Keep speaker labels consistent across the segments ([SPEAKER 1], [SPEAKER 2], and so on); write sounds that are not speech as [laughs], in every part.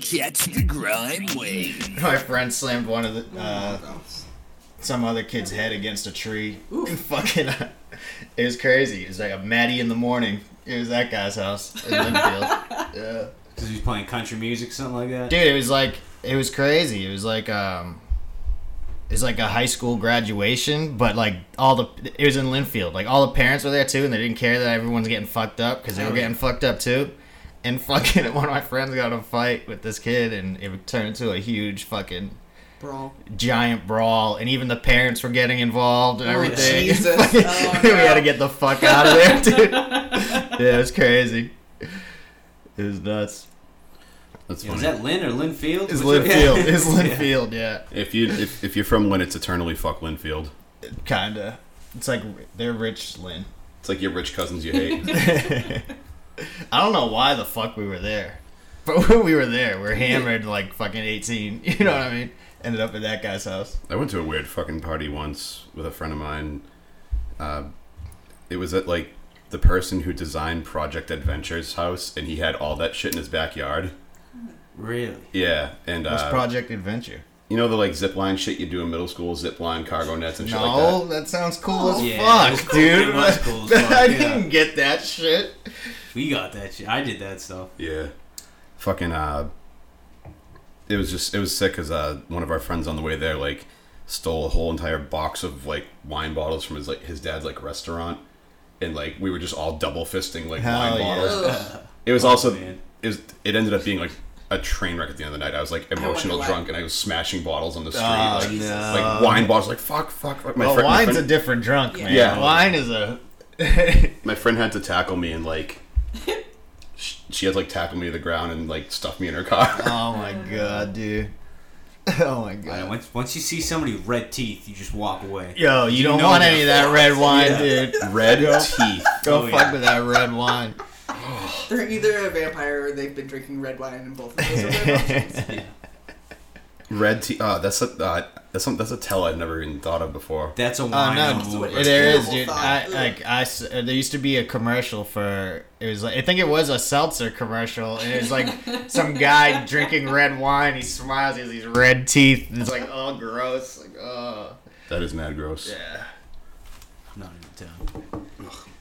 [SPEAKER 1] Catch the grime wave.
[SPEAKER 2] [laughs] My friend slammed one of the uh, some other kid's head against a tree. And [laughs] fucking, uh, it was crazy. It was like a Maddie in the morning. It was that guy's house in Linfield. yeah.
[SPEAKER 3] Because he's playing country music, something like that.
[SPEAKER 2] dude it was like it was crazy it was like um it was like a high school graduation but like all the it was in linfield like all the parents were there too and they didn't care that everyone's getting fucked up because they
[SPEAKER 4] Oh,
[SPEAKER 2] were getting fucked up too and [laughs] fucking one of my friends got in a fight with this kid and it turned into a huge fucking
[SPEAKER 4] Brawl.
[SPEAKER 2] giant brawl and even the parents were getting involved and everything [laughs]
[SPEAKER 4] Oh, Jesus.
[SPEAKER 2] Fucking-
[SPEAKER 4] Oh,
[SPEAKER 2] we
[SPEAKER 4] no.
[SPEAKER 2] had to get the fuck out of there dude yeah it was crazy it was nuts
[SPEAKER 5] That's
[SPEAKER 3] Yeah, is
[SPEAKER 5] funny.
[SPEAKER 3] that Lynn or Lynn Field?
[SPEAKER 2] it's
[SPEAKER 3] Which-
[SPEAKER 2] linfield
[SPEAKER 3] [laughs] Yeah.
[SPEAKER 2] it's linfield yeah.
[SPEAKER 5] if you if, if you're from Lynn, it's eternally fuck Linfield.
[SPEAKER 2] Kinda. It's like ri- they're rich, Lynn.
[SPEAKER 5] It's like your rich cousins you hate.
[SPEAKER 2] I don't know why the fuck we were there, [laughs] but when we were there, we're hammered like fucking eighteen. [laughs] You know what I mean? Ended up at that guy's house.
[SPEAKER 5] I went to a weird fucking party once with a friend of mine. Uh, it was at like the person who designed Project Adventure's house, and he had all that shit in his backyard.
[SPEAKER 3] Really?
[SPEAKER 5] Yeah, and
[SPEAKER 2] What's
[SPEAKER 5] uh,
[SPEAKER 2] Project Adventure?
[SPEAKER 5] you know the like zip line shit you do in middle school, zip line, cargo nets, and shit
[SPEAKER 2] No,
[SPEAKER 5] like
[SPEAKER 2] that. sounds cool as
[SPEAKER 3] Oh. Yeah, it was
[SPEAKER 2] fuck,
[SPEAKER 3] cool.
[SPEAKER 2] dude.
[SPEAKER 3] It
[SPEAKER 2] [laughs]
[SPEAKER 3] was cool as fuck,
[SPEAKER 2] I
[SPEAKER 3] yeah.
[SPEAKER 2] didn't get that shit.
[SPEAKER 3] We got that shit. I did that stuff.
[SPEAKER 5] that. Yeah, fucking. Uh, it was just it was sick because uh, one of our friends on the way there like stole a whole entire box of like wine bottles from his like his dad's like restaurant, and like we were just all double fisting like
[SPEAKER 2] Hell
[SPEAKER 5] wine
[SPEAKER 2] yeah.
[SPEAKER 5] bottles.
[SPEAKER 4] Ugh.
[SPEAKER 5] It was also
[SPEAKER 3] man.
[SPEAKER 5] it was it ended up being like a train wreck at the end of the night. I was like emotional
[SPEAKER 4] why.
[SPEAKER 5] drunk and I was smashing bottles on the street,
[SPEAKER 2] Oh,
[SPEAKER 5] like,
[SPEAKER 2] Jesus.
[SPEAKER 5] like wine bottles. Like fuck, fuck. fuck. My,
[SPEAKER 2] well,
[SPEAKER 5] friend, my,
[SPEAKER 2] wine's a
[SPEAKER 5] friend,
[SPEAKER 2] different drunk, man.
[SPEAKER 5] Yeah.
[SPEAKER 2] Wine is a. [laughs]
[SPEAKER 5] my friend had to tackle me and like sh- she had to, like tackle me to the ground and like stuff me in her car.
[SPEAKER 2] oh my god, dude. [laughs] Oh my
[SPEAKER 3] I know,
[SPEAKER 2] god.
[SPEAKER 3] once, once you see somebody with red teeth, you just walk away.
[SPEAKER 2] Yo, you, don't
[SPEAKER 3] know
[SPEAKER 2] want
[SPEAKER 3] they're
[SPEAKER 2] any of that red wine,
[SPEAKER 3] Yeah.
[SPEAKER 2] dude.
[SPEAKER 5] Red teeth.
[SPEAKER 2] Go
[SPEAKER 3] Oh,
[SPEAKER 2] fuck
[SPEAKER 3] yeah.
[SPEAKER 2] with that red
[SPEAKER 5] [laughs]
[SPEAKER 2] wine.
[SPEAKER 4] They're either a vampire or they've been drinking red wine, and both of those are their options.
[SPEAKER 5] Red teeth. Uh, that's a uh, that's some, that's a tell I've never even thought of before.
[SPEAKER 3] That's a
[SPEAKER 2] Oh
[SPEAKER 3] wine.
[SPEAKER 2] no,
[SPEAKER 3] on
[SPEAKER 2] dude,
[SPEAKER 3] Woolworth.
[SPEAKER 2] there is,
[SPEAKER 4] Terrible
[SPEAKER 2] dude.
[SPEAKER 4] thought.
[SPEAKER 2] I
[SPEAKER 4] Ugh.
[SPEAKER 2] like I s- uh, there used to be a commercial for it was like I think it was a seltzer commercial, and it was like some guy
[SPEAKER 3] [laughs]
[SPEAKER 2] drinking red wine. He smiles, he has these red teeth, and it's like oh gross, like oh
[SPEAKER 5] That is mad gross.
[SPEAKER 2] yeah.
[SPEAKER 3] Not in town.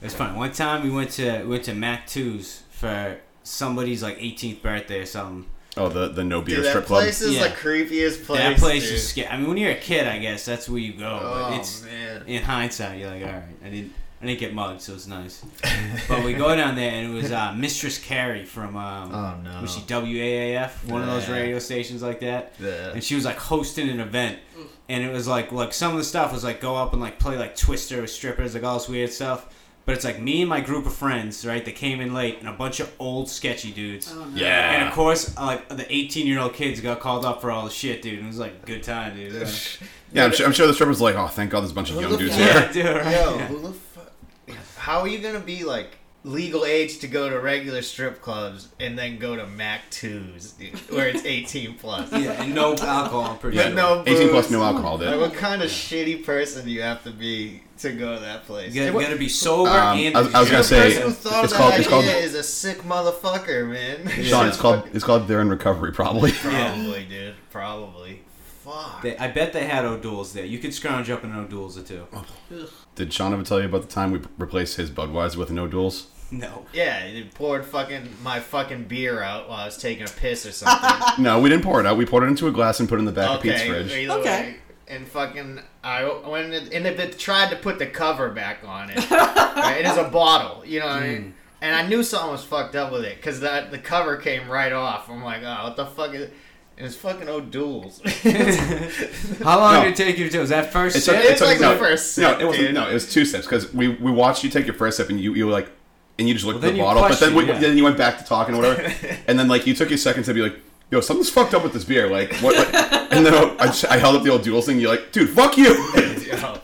[SPEAKER 3] It's funny. One time we went to we went to Mac 2's for somebody's like 18th birthday or something.
[SPEAKER 5] Oh, the the no beer
[SPEAKER 2] Dude, that
[SPEAKER 5] strip club.
[SPEAKER 2] place is
[SPEAKER 3] Yeah.
[SPEAKER 2] the creepiest place.
[SPEAKER 3] that place
[SPEAKER 2] dude.
[SPEAKER 3] is scary. I mean, when you're a kid, I guess that's where you go.
[SPEAKER 2] Oh
[SPEAKER 3] but it's
[SPEAKER 2] man.
[SPEAKER 3] in hindsight, you're like, all right, I didn't I didn't get mugged, so it's nice.
[SPEAKER 2] [laughs]
[SPEAKER 3] but we go down there and it was uh, Mistress Carrie from um,
[SPEAKER 2] Oh, no.
[SPEAKER 3] was she WAAF, one of those
[SPEAKER 2] Yeah. Uh.
[SPEAKER 3] radio stations like that.
[SPEAKER 2] The,
[SPEAKER 3] and she was like hosting an event and it was like like some of the stuff was like go up and like play like twister with strippers like all this weird stuff but it's like me and my group of friends right that came in late and a bunch of old sketchy dudes
[SPEAKER 4] Oh, no.
[SPEAKER 5] Yeah.
[SPEAKER 3] and of course uh, like the 18 year old kids got called up for all the shit dude and it was like good time
[SPEAKER 2] [laughs]
[SPEAKER 3] dude
[SPEAKER 5] yeah, I'm sure, I'm sure the stripper was like, oh, thank God, there's a bunch of
[SPEAKER 2] Who
[SPEAKER 5] young
[SPEAKER 2] the
[SPEAKER 5] dudes
[SPEAKER 2] fuck-
[SPEAKER 5] here.
[SPEAKER 3] yeah dude right?
[SPEAKER 5] [laughs]
[SPEAKER 2] Yo,
[SPEAKER 3] Yeah.
[SPEAKER 2] who the fuck? How are you gonna be like legal age to go to regular strip clubs and then go to Mac Twos, dude, where
[SPEAKER 5] [laughs]
[SPEAKER 2] it's eighteen plus?
[SPEAKER 3] yeah and no alcohol I'm pretty
[SPEAKER 5] Yeah,
[SPEAKER 3] sure
[SPEAKER 2] no
[SPEAKER 5] [laughs] 18 plus,
[SPEAKER 2] booze.
[SPEAKER 5] no alcohol. Dude.
[SPEAKER 2] Like, what kind of shitty person do you have to be to go to that place?
[SPEAKER 3] you
[SPEAKER 2] It
[SPEAKER 3] gotta,
[SPEAKER 2] wa-
[SPEAKER 3] you gotta be sober
[SPEAKER 5] Um,
[SPEAKER 3] and
[SPEAKER 5] I was- I was
[SPEAKER 2] the
[SPEAKER 5] gonna say,
[SPEAKER 2] person who thought
[SPEAKER 5] it's
[SPEAKER 2] of
[SPEAKER 5] called-
[SPEAKER 2] that
[SPEAKER 5] it's called-
[SPEAKER 2] idea is a sick motherfucker, man.
[SPEAKER 5] Sean,
[SPEAKER 2] [laughs]
[SPEAKER 5] it's called it's called they're in recovery probably. [laughs]
[SPEAKER 2] Probably, dude. Probably. Fuck.
[SPEAKER 3] They- I bet they had O'Doul's there. You could scrounge up an O'Doul's or two.
[SPEAKER 5] Oh. Did Sean ever tell you about the time we replaced his Budweiser with no duels?
[SPEAKER 3] [laughs] No.
[SPEAKER 2] yeah, they poured fucking my fucking beer out while I was taking a piss or something.
[SPEAKER 5] No, we didn't pour it out. We poured it into a glass and put it in the back of Pete's
[SPEAKER 2] okay.
[SPEAKER 5] fridge.
[SPEAKER 2] either
[SPEAKER 4] Okay.
[SPEAKER 2] way. And fucking, I went in- and they tried to put the cover back on it. right? It is a bottle, you know what I
[SPEAKER 5] Hmm.
[SPEAKER 2] mean? And I knew something was fucked up with it because the, the cover came right off. I'm like, oh, what the fuck is it? And it's fucking O'Doul's. [laughs]
[SPEAKER 3] How long
[SPEAKER 5] No.
[SPEAKER 3] did it take you to? Was that first
[SPEAKER 5] It
[SPEAKER 3] sip?
[SPEAKER 5] took- [laughs]
[SPEAKER 2] It's
[SPEAKER 5] it took-
[SPEAKER 2] like
[SPEAKER 5] no,
[SPEAKER 2] the first
[SPEAKER 5] No,
[SPEAKER 2] sip,
[SPEAKER 5] it wasn't.
[SPEAKER 2] dude.
[SPEAKER 5] No, it was two sips because we, we watched you take your first sip and you, you were like, and you just looked
[SPEAKER 3] Well,
[SPEAKER 5] at the
[SPEAKER 3] then you
[SPEAKER 5] bottle. But then we,
[SPEAKER 3] questioned, yeah.
[SPEAKER 5] then you went back to talking
[SPEAKER 3] [laughs]
[SPEAKER 5] or whatever. and then like you took your second sip, you're like, yo, something's fucked up with this beer. Like what? what? and then I, just, I held up the old duels thing. You're like, dude, fuck you.
[SPEAKER 2] Yo,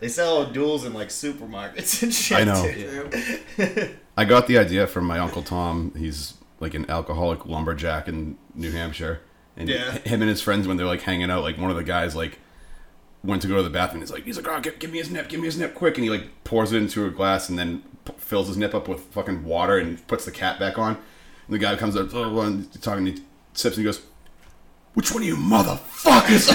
[SPEAKER 2] they sell duels in like supermarkets and shit.
[SPEAKER 5] I know.
[SPEAKER 2] dude. [laughs]
[SPEAKER 4] True.
[SPEAKER 5] I got the idea from my uncle Tom. He's like an alcoholic lumberjack in New Hampshire, and
[SPEAKER 2] Yeah.
[SPEAKER 5] him and his friends when they're like hanging out, like one of the guys like went to go to the bathroom. He's like, he's like, oh, give, give me his nip, give me his nip, quick, and he like pours it into a glass and then p- fills his nip up with fucking water and puts the cap back on. And the guy comes up, oh, well," and he's talking, he sips and he goes, "Which one of you motherfuckers?"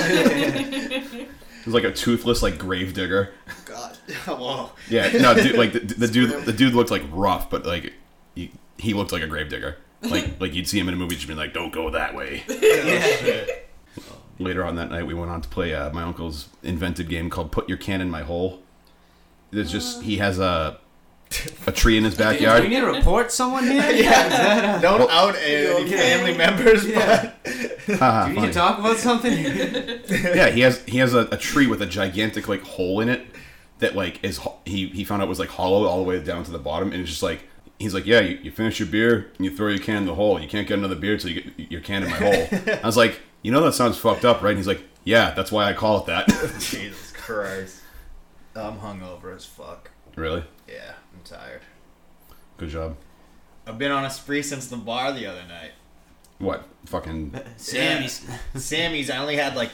[SPEAKER 5] [laughs] He's like a toothless like gravedigger.
[SPEAKER 4] God.
[SPEAKER 5] [laughs]
[SPEAKER 4] Whoa.
[SPEAKER 5] Yeah, no, dude, like the, the dude, the dude looked like rough, but like he, he looked like a gravedigger. Like like you'd see him in a movie, just be like, "Don't go that way." Later on that night, we went on to play uh, my uncle's invented game called "Put Your Can in My Hole." There's just he has a a tree in his
[SPEAKER 3] [laughs] Do we
[SPEAKER 5] backyard.
[SPEAKER 3] need to report someone
[SPEAKER 5] [laughs]
[SPEAKER 3] here?
[SPEAKER 2] Don't out any family members,
[SPEAKER 3] Yeah.
[SPEAKER 5] [laughs] Haha,
[SPEAKER 3] Do we need
[SPEAKER 5] funny.
[SPEAKER 3] to talk about something?
[SPEAKER 5] [laughs] yeah, he has he has a, a tree with a gigantic like hole in it that like is ho- he he found out was like hollow all the way down to the bottom, and it's just like he's like, yeah, you, you finish your beer and you throw your can in the hole. You can't get another beer till you get your can in my hole. I was like, you know that sounds fucked up, right? And he's like, yeah, that's why I call it that. [laughs]
[SPEAKER 2] but Jesus Christ, I'm hungover as fuck.
[SPEAKER 5] really?
[SPEAKER 2] Yeah, I'm tired.
[SPEAKER 5] Good job.
[SPEAKER 2] I've been on a spree since the bar the other night.
[SPEAKER 5] What fucking [laughs]
[SPEAKER 3] Sammy's.
[SPEAKER 2] Sammy's. I only had like,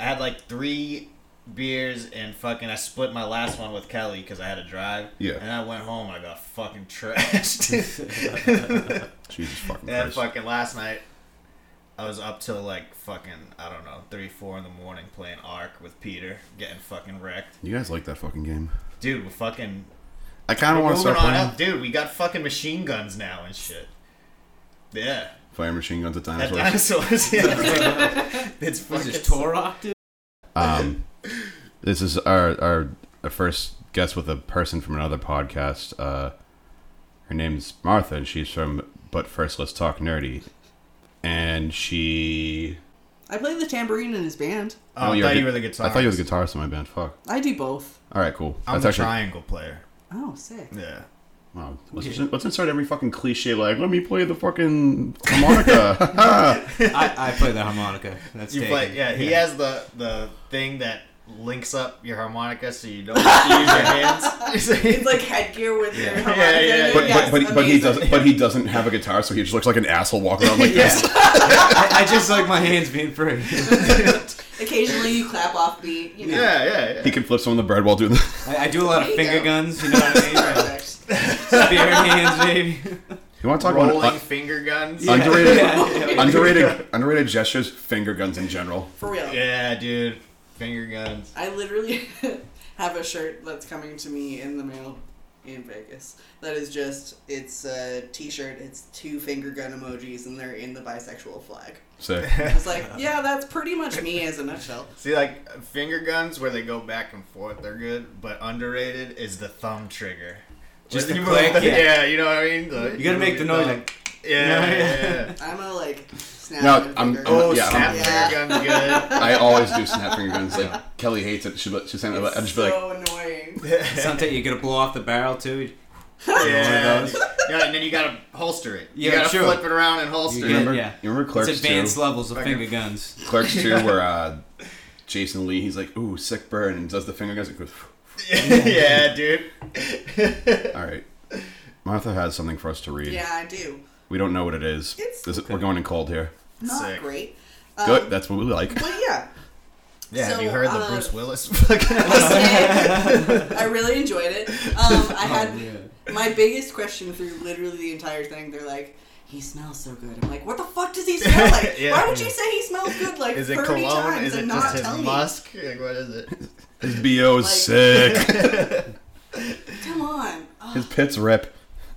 [SPEAKER 2] I had like three beers and fucking. I split my last one with Kelly because I had to drive.
[SPEAKER 5] Yeah.
[SPEAKER 2] And I went home. and I got fucking
[SPEAKER 5] [laughs]
[SPEAKER 2] trashed. [laughs]
[SPEAKER 5] Jesus fucking
[SPEAKER 2] and
[SPEAKER 5] Christ.
[SPEAKER 2] fucking last night, I was up till like fucking I don't know three four in the morning playing Ark with Peter, getting fucking wrecked.
[SPEAKER 5] You guys like that fucking game?
[SPEAKER 2] Dude, we're fucking
[SPEAKER 5] I kind of want to
[SPEAKER 2] moving
[SPEAKER 5] start
[SPEAKER 2] on
[SPEAKER 5] playing
[SPEAKER 2] up. Dude, we got fucking machine guns now and shit. Yeah.
[SPEAKER 5] fire machine guns at
[SPEAKER 2] That
[SPEAKER 5] dinosaurs.
[SPEAKER 2] dinosaurs. [laughs] Yeah.
[SPEAKER 5] [laughs]
[SPEAKER 2] it's
[SPEAKER 3] What's
[SPEAKER 2] fucking.
[SPEAKER 3] this, Torok, dude?
[SPEAKER 5] Um, this is our, our our first guest with a person from another podcast. Uh, her name's Martha, and she's from But First Let's Talk Nerdy. And she,
[SPEAKER 4] I play the tambourine in his band.
[SPEAKER 2] Oh, I
[SPEAKER 5] you're
[SPEAKER 2] thought
[SPEAKER 5] a
[SPEAKER 2] you
[SPEAKER 5] gu-
[SPEAKER 2] were the guitarist.
[SPEAKER 5] I thought you were the guitarist in my band. Fuck.
[SPEAKER 4] I do both.
[SPEAKER 5] All right, cool.
[SPEAKER 2] I'm
[SPEAKER 5] That's
[SPEAKER 2] the
[SPEAKER 5] actually
[SPEAKER 2] triangle player.
[SPEAKER 4] Oh, sick.
[SPEAKER 2] Yeah.
[SPEAKER 5] wow. Let's, just- let's insert every fucking cliche. Like, let me play the fucking
[SPEAKER 2] [laughs]
[SPEAKER 5] harmonica.
[SPEAKER 3] I, I play the harmonica. That's
[SPEAKER 2] You
[SPEAKER 3] taken.
[SPEAKER 2] play. Yeah. He has the the thing that links up your harmonica so you don't have to use your hands. [laughs]
[SPEAKER 4] It's like headgear with your harmonica.
[SPEAKER 2] Yeah, yeah, yeah.
[SPEAKER 5] but, but,
[SPEAKER 4] Yes,
[SPEAKER 5] but, but he
[SPEAKER 4] amazing.
[SPEAKER 5] doesn't. But he doesn't have a guitar, so he just looks like an asshole walking around like
[SPEAKER 2] [laughs]
[SPEAKER 5] this.
[SPEAKER 3] I, I just like my hands being
[SPEAKER 5] [laughs]
[SPEAKER 3] free.
[SPEAKER 4] Occasionally you clap off beat. You know.
[SPEAKER 2] yeah, yeah, yeah.
[SPEAKER 5] He can flip someone the bird while doing that.
[SPEAKER 3] I, I do a lot of
[SPEAKER 4] There you
[SPEAKER 3] finger
[SPEAKER 4] go.
[SPEAKER 3] guns. You know what I mean?
[SPEAKER 5] [laughs]
[SPEAKER 3] Like,
[SPEAKER 4] Perfect.
[SPEAKER 3] Spirit hands, baby.
[SPEAKER 5] You want to talk
[SPEAKER 2] Rolling
[SPEAKER 5] about uh,
[SPEAKER 2] finger guns.
[SPEAKER 3] [laughs]
[SPEAKER 5] underrated?
[SPEAKER 3] Yeah, yeah.
[SPEAKER 5] underrated underrated gestures, finger guns in general.
[SPEAKER 4] For real.
[SPEAKER 2] Yeah, dude. Finger guns.
[SPEAKER 4] I literally [laughs] have a shirt that's coming to me in the mail in Vegas. That is just it's a T-shirt. It's two finger gun emojis, and they're in the bisexual flag.
[SPEAKER 5] So
[SPEAKER 4] It's like, yeah, that's pretty much me as a nutshell.
[SPEAKER 2] See, like finger guns where they go back and forth, they're good. But underrated is the thumb trigger.
[SPEAKER 3] Just
[SPEAKER 2] Where
[SPEAKER 3] the
[SPEAKER 2] you move
[SPEAKER 3] click, yeah.
[SPEAKER 2] you know what I mean. The-
[SPEAKER 3] You gotta make the
[SPEAKER 2] move
[SPEAKER 3] noise
[SPEAKER 2] your
[SPEAKER 3] like. [laughs]
[SPEAKER 2] thumb. yeah,
[SPEAKER 3] Yeah.
[SPEAKER 2] yeah, yeah.
[SPEAKER 4] I'm a like snap.
[SPEAKER 5] No,
[SPEAKER 4] my
[SPEAKER 5] I'm-
[SPEAKER 4] finger.
[SPEAKER 2] Oh,
[SPEAKER 5] Yeah,
[SPEAKER 2] snap
[SPEAKER 5] I'm-
[SPEAKER 2] finger gun's good.
[SPEAKER 5] I always do snap finger guns. Like Kelly hates it. She she's saying
[SPEAKER 4] It's
[SPEAKER 5] I just be
[SPEAKER 4] Oh, so
[SPEAKER 5] like,
[SPEAKER 4] annoying.
[SPEAKER 2] [laughs]
[SPEAKER 3] Sometimes you gotta blow off the barrel too.
[SPEAKER 2] Yeah.
[SPEAKER 3] those.
[SPEAKER 2] yeah, and then you gotta holster it. You
[SPEAKER 3] Yeah,
[SPEAKER 2] gotta
[SPEAKER 3] sure.
[SPEAKER 2] flip it around and holster
[SPEAKER 3] You
[SPEAKER 2] it.
[SPEAKER 3] get-
[SPEAKER 5] remember,
[SPEAKER 3] yeah.
[SPEAKER 5] you remember
[SPEAKER 3] It's
[SPEAKER 5] Clerks
[SPEAKER 3] advanced
[SPEAKER 5] two?
[SPEAKER 3] levels of finger guns.
[SPEAKER 5] Clerks
[SPEAKER 4] [laughs]
[SPEAKER 5] two, where uh, Jason Lee, he's like, ooh, sick burn, and does the finger guns. and goes,
[SPEAKER 2] [laughs] yeah, dude.
[SPEAKER 5] All right, Martha has something for us to read.
[SPEAKER 4] Yeah, I do.
[SPEAKER 5] We don't know what it is.
[SPEAKER 4] It's-
[SPEAKER 5] This is- We're going in cold here.
[SPEAKER 4] Not
[SPEAKER 2] Sick.
[SPEAKER 4] great. Um,
[SPEAKER 5] Good. That's what we like.
[SPEAKER 4] But yeah.
[SPEAKER 2] Yeah, have
[SPEAKER 4] So,
[SPEAKER 2] you heard the
[SPEAKER 4] uh,
[SPEAKER 2] Bruce Willis? [laughs] fucking- [laughs]
[SPEAKER 4] I really enjoyed it. Um,
[SPEAKER 2] Oh,
[SPEAKER 4] I had
[SPEAKER 3] yeah.
[SPEAKER 4] my biggest question through literally the entire thing. They're like, he smells so good. I'm like, what the fuck
[SPEAKER 2] [laughs]
[SPEAKER 4] does he smell like?
[SPEAKER 2] Yeah.
[SPEAKER 4] Why would you say he smells good like
[SPEAKER 2] is it
[SPEAKER 4] 30
[SPEAKER 2] cologne?
[SPEAKER 4] times
[SPEAKER 2] Is it
[SPEAKER 4] and
[SPEAKER 2] just
[SPEAKER 4] not
[SPEAKER 2] his
[SPEAKER 4] tell
[SPEAKER 2] musk? Like, what is it?
[SPEAKER 5] His bo's sick.
[SPEAKER 4] [laughs] me? Come on. Ugh,
[SPEAKER 5] His pits rip.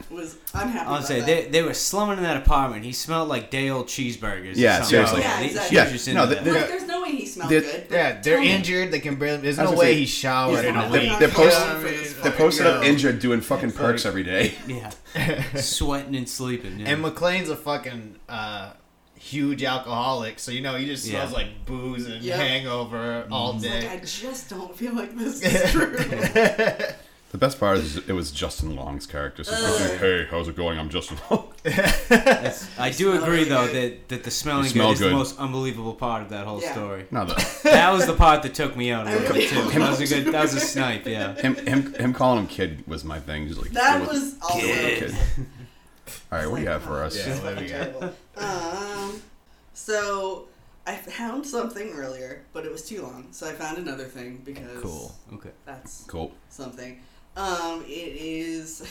[SPEAKER 4] was unhappy.
[SPEAKER 3] I'll
[SPEAKER 4] about
[SPEAKER 3] say
[SPEAKER 4] that.
[SPEAKER 3] they, they were slumming in that apartment. He smelled like day old cheeseburgers. or
[SPEAKER 5] Yeah,
[SPEAKER 3] something.
[SPEAKER 5] seriously.
[SPEAKER 4] Yeah,
[SPEAKER 3] They-
[SPEAKER 4] exactly.
[SPEAKER 3] she
[SPEAKER 5] Yeah,
[SPEAKER 3] was just into
[SPEAKER 5] no,
[SPEAKER 3] that.
[SPEAKER 5] they-
[SPEAKER 4] like, there's no way he smelled
[SPEAKER 5] They're-
[SPEAKER 4] good.
[SPEAKER 2] Yeah, they're
[SPEAKER 4] Tell me.
[SPEAKER 2] injured. They can barely. There's
[SPEAKER 5] I was
[SPEAKER 2] no
[SPEAKER 5] gonna
[SPEAKER 2] way
[SPEAKER 5] say-
[SPEAKER 2] he showered in a
[SPEAKER 5] They're-
[SPEAKER 2] week.
[SPEAKER 5] they're post-
[SPEAKER 2] They're
[SPEAKER 5] They're posted up
[SPEAKER 2] Yeah.
[SPEAKER 5] injured, doing fucking perks every day.
[SPEAKER 3] Yeah. Sweating and sleeping. Yeah.
[SPEAKER 2] And McLean's a fucking uh, huge alcoholic, so you know he just
[SPEAKER 3] Yeah.
[SPEAKER 2] smells like booze and
[SPEAKER 4] Yep.
[SPEAKER 2] hangover all
[SPEAKER 4] Like, I
[SPEAKER 2] day.
[SPEAKER 4] just don't feel like this is true.
[SPEAKER 5] The best part is it was Justin Long's character. So it's
[SPEAKER 4] Oh.
[SPEAKER 5] like, hey, how's it going? I'm Justin Long.
[SPEAKER 3] That's- I do
[SPEAKER 4] smell
[SPEAKER 3] agree
[SPEAKER 4] really
[SPEAKER 3] though
[SPEAKER 4] good.
[SPEAKER 3] that, that the smelling
[SPEAKER 5] smell
[SPEAKER 3] good is
[SPEAKER 5] good.
[SPEAKER 3] the most unbelievable part of that whole
[SPEAKER 4] Yeah.
[SPEAKER 3] story.
[SPEAKER 4] [laughs]
[SPEAKER 5] no, the,
[SPEAKER 3] That was the part that took me out.
[SPEAKER 4] I
[SPEAKER 3] of it,
[SPEAKER 4] really
[SPEAKER 3] too.
[SPEAKER 4] don't
[SPEAKER 3] That was a good. That was a snipe.
[SPEAKER 5] [laughs]
[SPEAKER 3] Yeah.
[SPEAKER 5] him, him, him calling him kid was my thing. Just like
[SPEAKER 4] that
[SPEAKER 5] it
[SPEAKER 4] was also
[SPEAKER 5] kid. All right, what do you have for us?
[SPEAKER 2] Yeah, what do we got?
[SPEAKER 4] terrible. Um, so I found something earlier, but it was too long, so I found another thing because
[SPEAKER 2] Cool.
[SPEAKER 3] Okay.
[SPEAKER 4] that's
[SPEAKER 5] Cool.
[SPEAKER 4] something. [laughs] Um, it is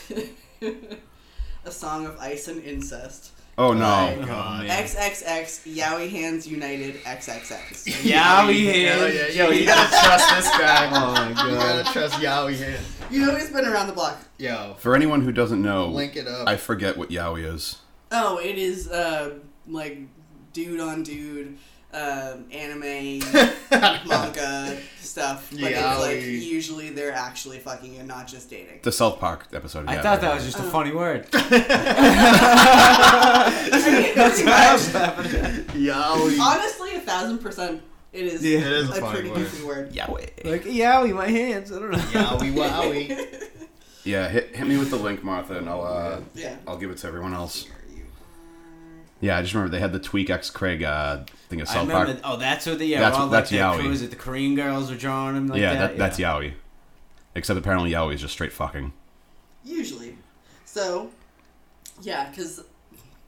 [SPEAKER 4] a song of ice and incest
[SPEAKER 5] Oh no.
[SPEAKER 2] My [laughs]
[SPEAKER 3] Oh,
[SPEAKER 2] God.
[SPEAKER 3] man.
[SPEAKER 4] XXX Yowie Hands United XXX.
[SPEAKER 3] Yowie
[SPEAKER 2] Hell
[SPEAKER 3] hands.
[SPEAKER 2] yeah, yo, you gotta trust this
[SPEAKER 5] [laughs]
[SPEAKER 2] guy.
[SPEAKER 3] Oh my
[SPEAKER 2] You
[SPEAKER 3] god.
[SPEAKER 2] gotta trust Yowie here.
[SPEAKER 4] You know who's been around the block?
[SPEAKER 2] Yo,
[SPEAKER 5] For anyone who doesn't know,
[SPEAKER 2] link it up. [laughs]
[SPEAKER 5] I forget what Yowie is.
[SPEAKER 4] Oh, it is uh like dude on dude um, anime manga stuff. But it's like
[SPEAKER 2] Yaoi.
[SPEAKER 4] usually they're actually fucking and not just dating.
[SPEAKER 5] The South Park episode. of
[SPEAKER 3] I
[SPEAKER 5] Yowie.
[SPEAKER 3] thought that was just a
[SPEAKER 4] Uh-huh.
[SPEAKER 3] funny word.
[SPEAKER 4] [laughs] That's
[SPEAKER 2] Yowie.
[SPEAKER 4] Honestly, a thousand percent, it is
[SPEAKER 3] Yeah,
[SPEAKER 2] It is a
[SPEAKER 4] a
[SPEAKER 2] funny
[SPEAKER 4] pretty
[SPEAKER 2] word.
[SPEAKER 4] goofy word. [laughs]
[SPEAKER 3] Yowie. Like yowie, my hands. I don't know.
[SPEAKER 2] Yowie
[SPEAKER 4] [laughs]
[SPEAKER 2] wowie.
[SPEAKER 5] Yeah, hit, hit me with the link, Martha, and I'll uh,
[SPEAKER 4] Yeah.
[SPEAKER 5] I'll give it to everyone else.
[SPEAKER 4] Here you
[SPEAKER 5] Yeah, I just remember they had the Tweak X Craig uh, thing of
[SPEAKER 3] I
[SPEAKER 5] South
[SPEAKER 3] remember.
[SPEAKER 5] Park.
[SPEAKER 3] Oh, that's what the yeah.
[SPEAKER 5] That's-
[SPEAKER 3] all like
[SPEAKER 5] that's
[SPEAKER 3] the
[SPEAKER 5] Yowie.
[SPEAKER 3] crews that the Korean girls were drawing him. Like
[SPEAKER 5] yeah,
[SPEAKER 3] that,
[SPEAKER 5] that, that's Yowie. Except apparently Yowie is just straight fucking.
[SPEAKER 4] Usually. So, yeah, because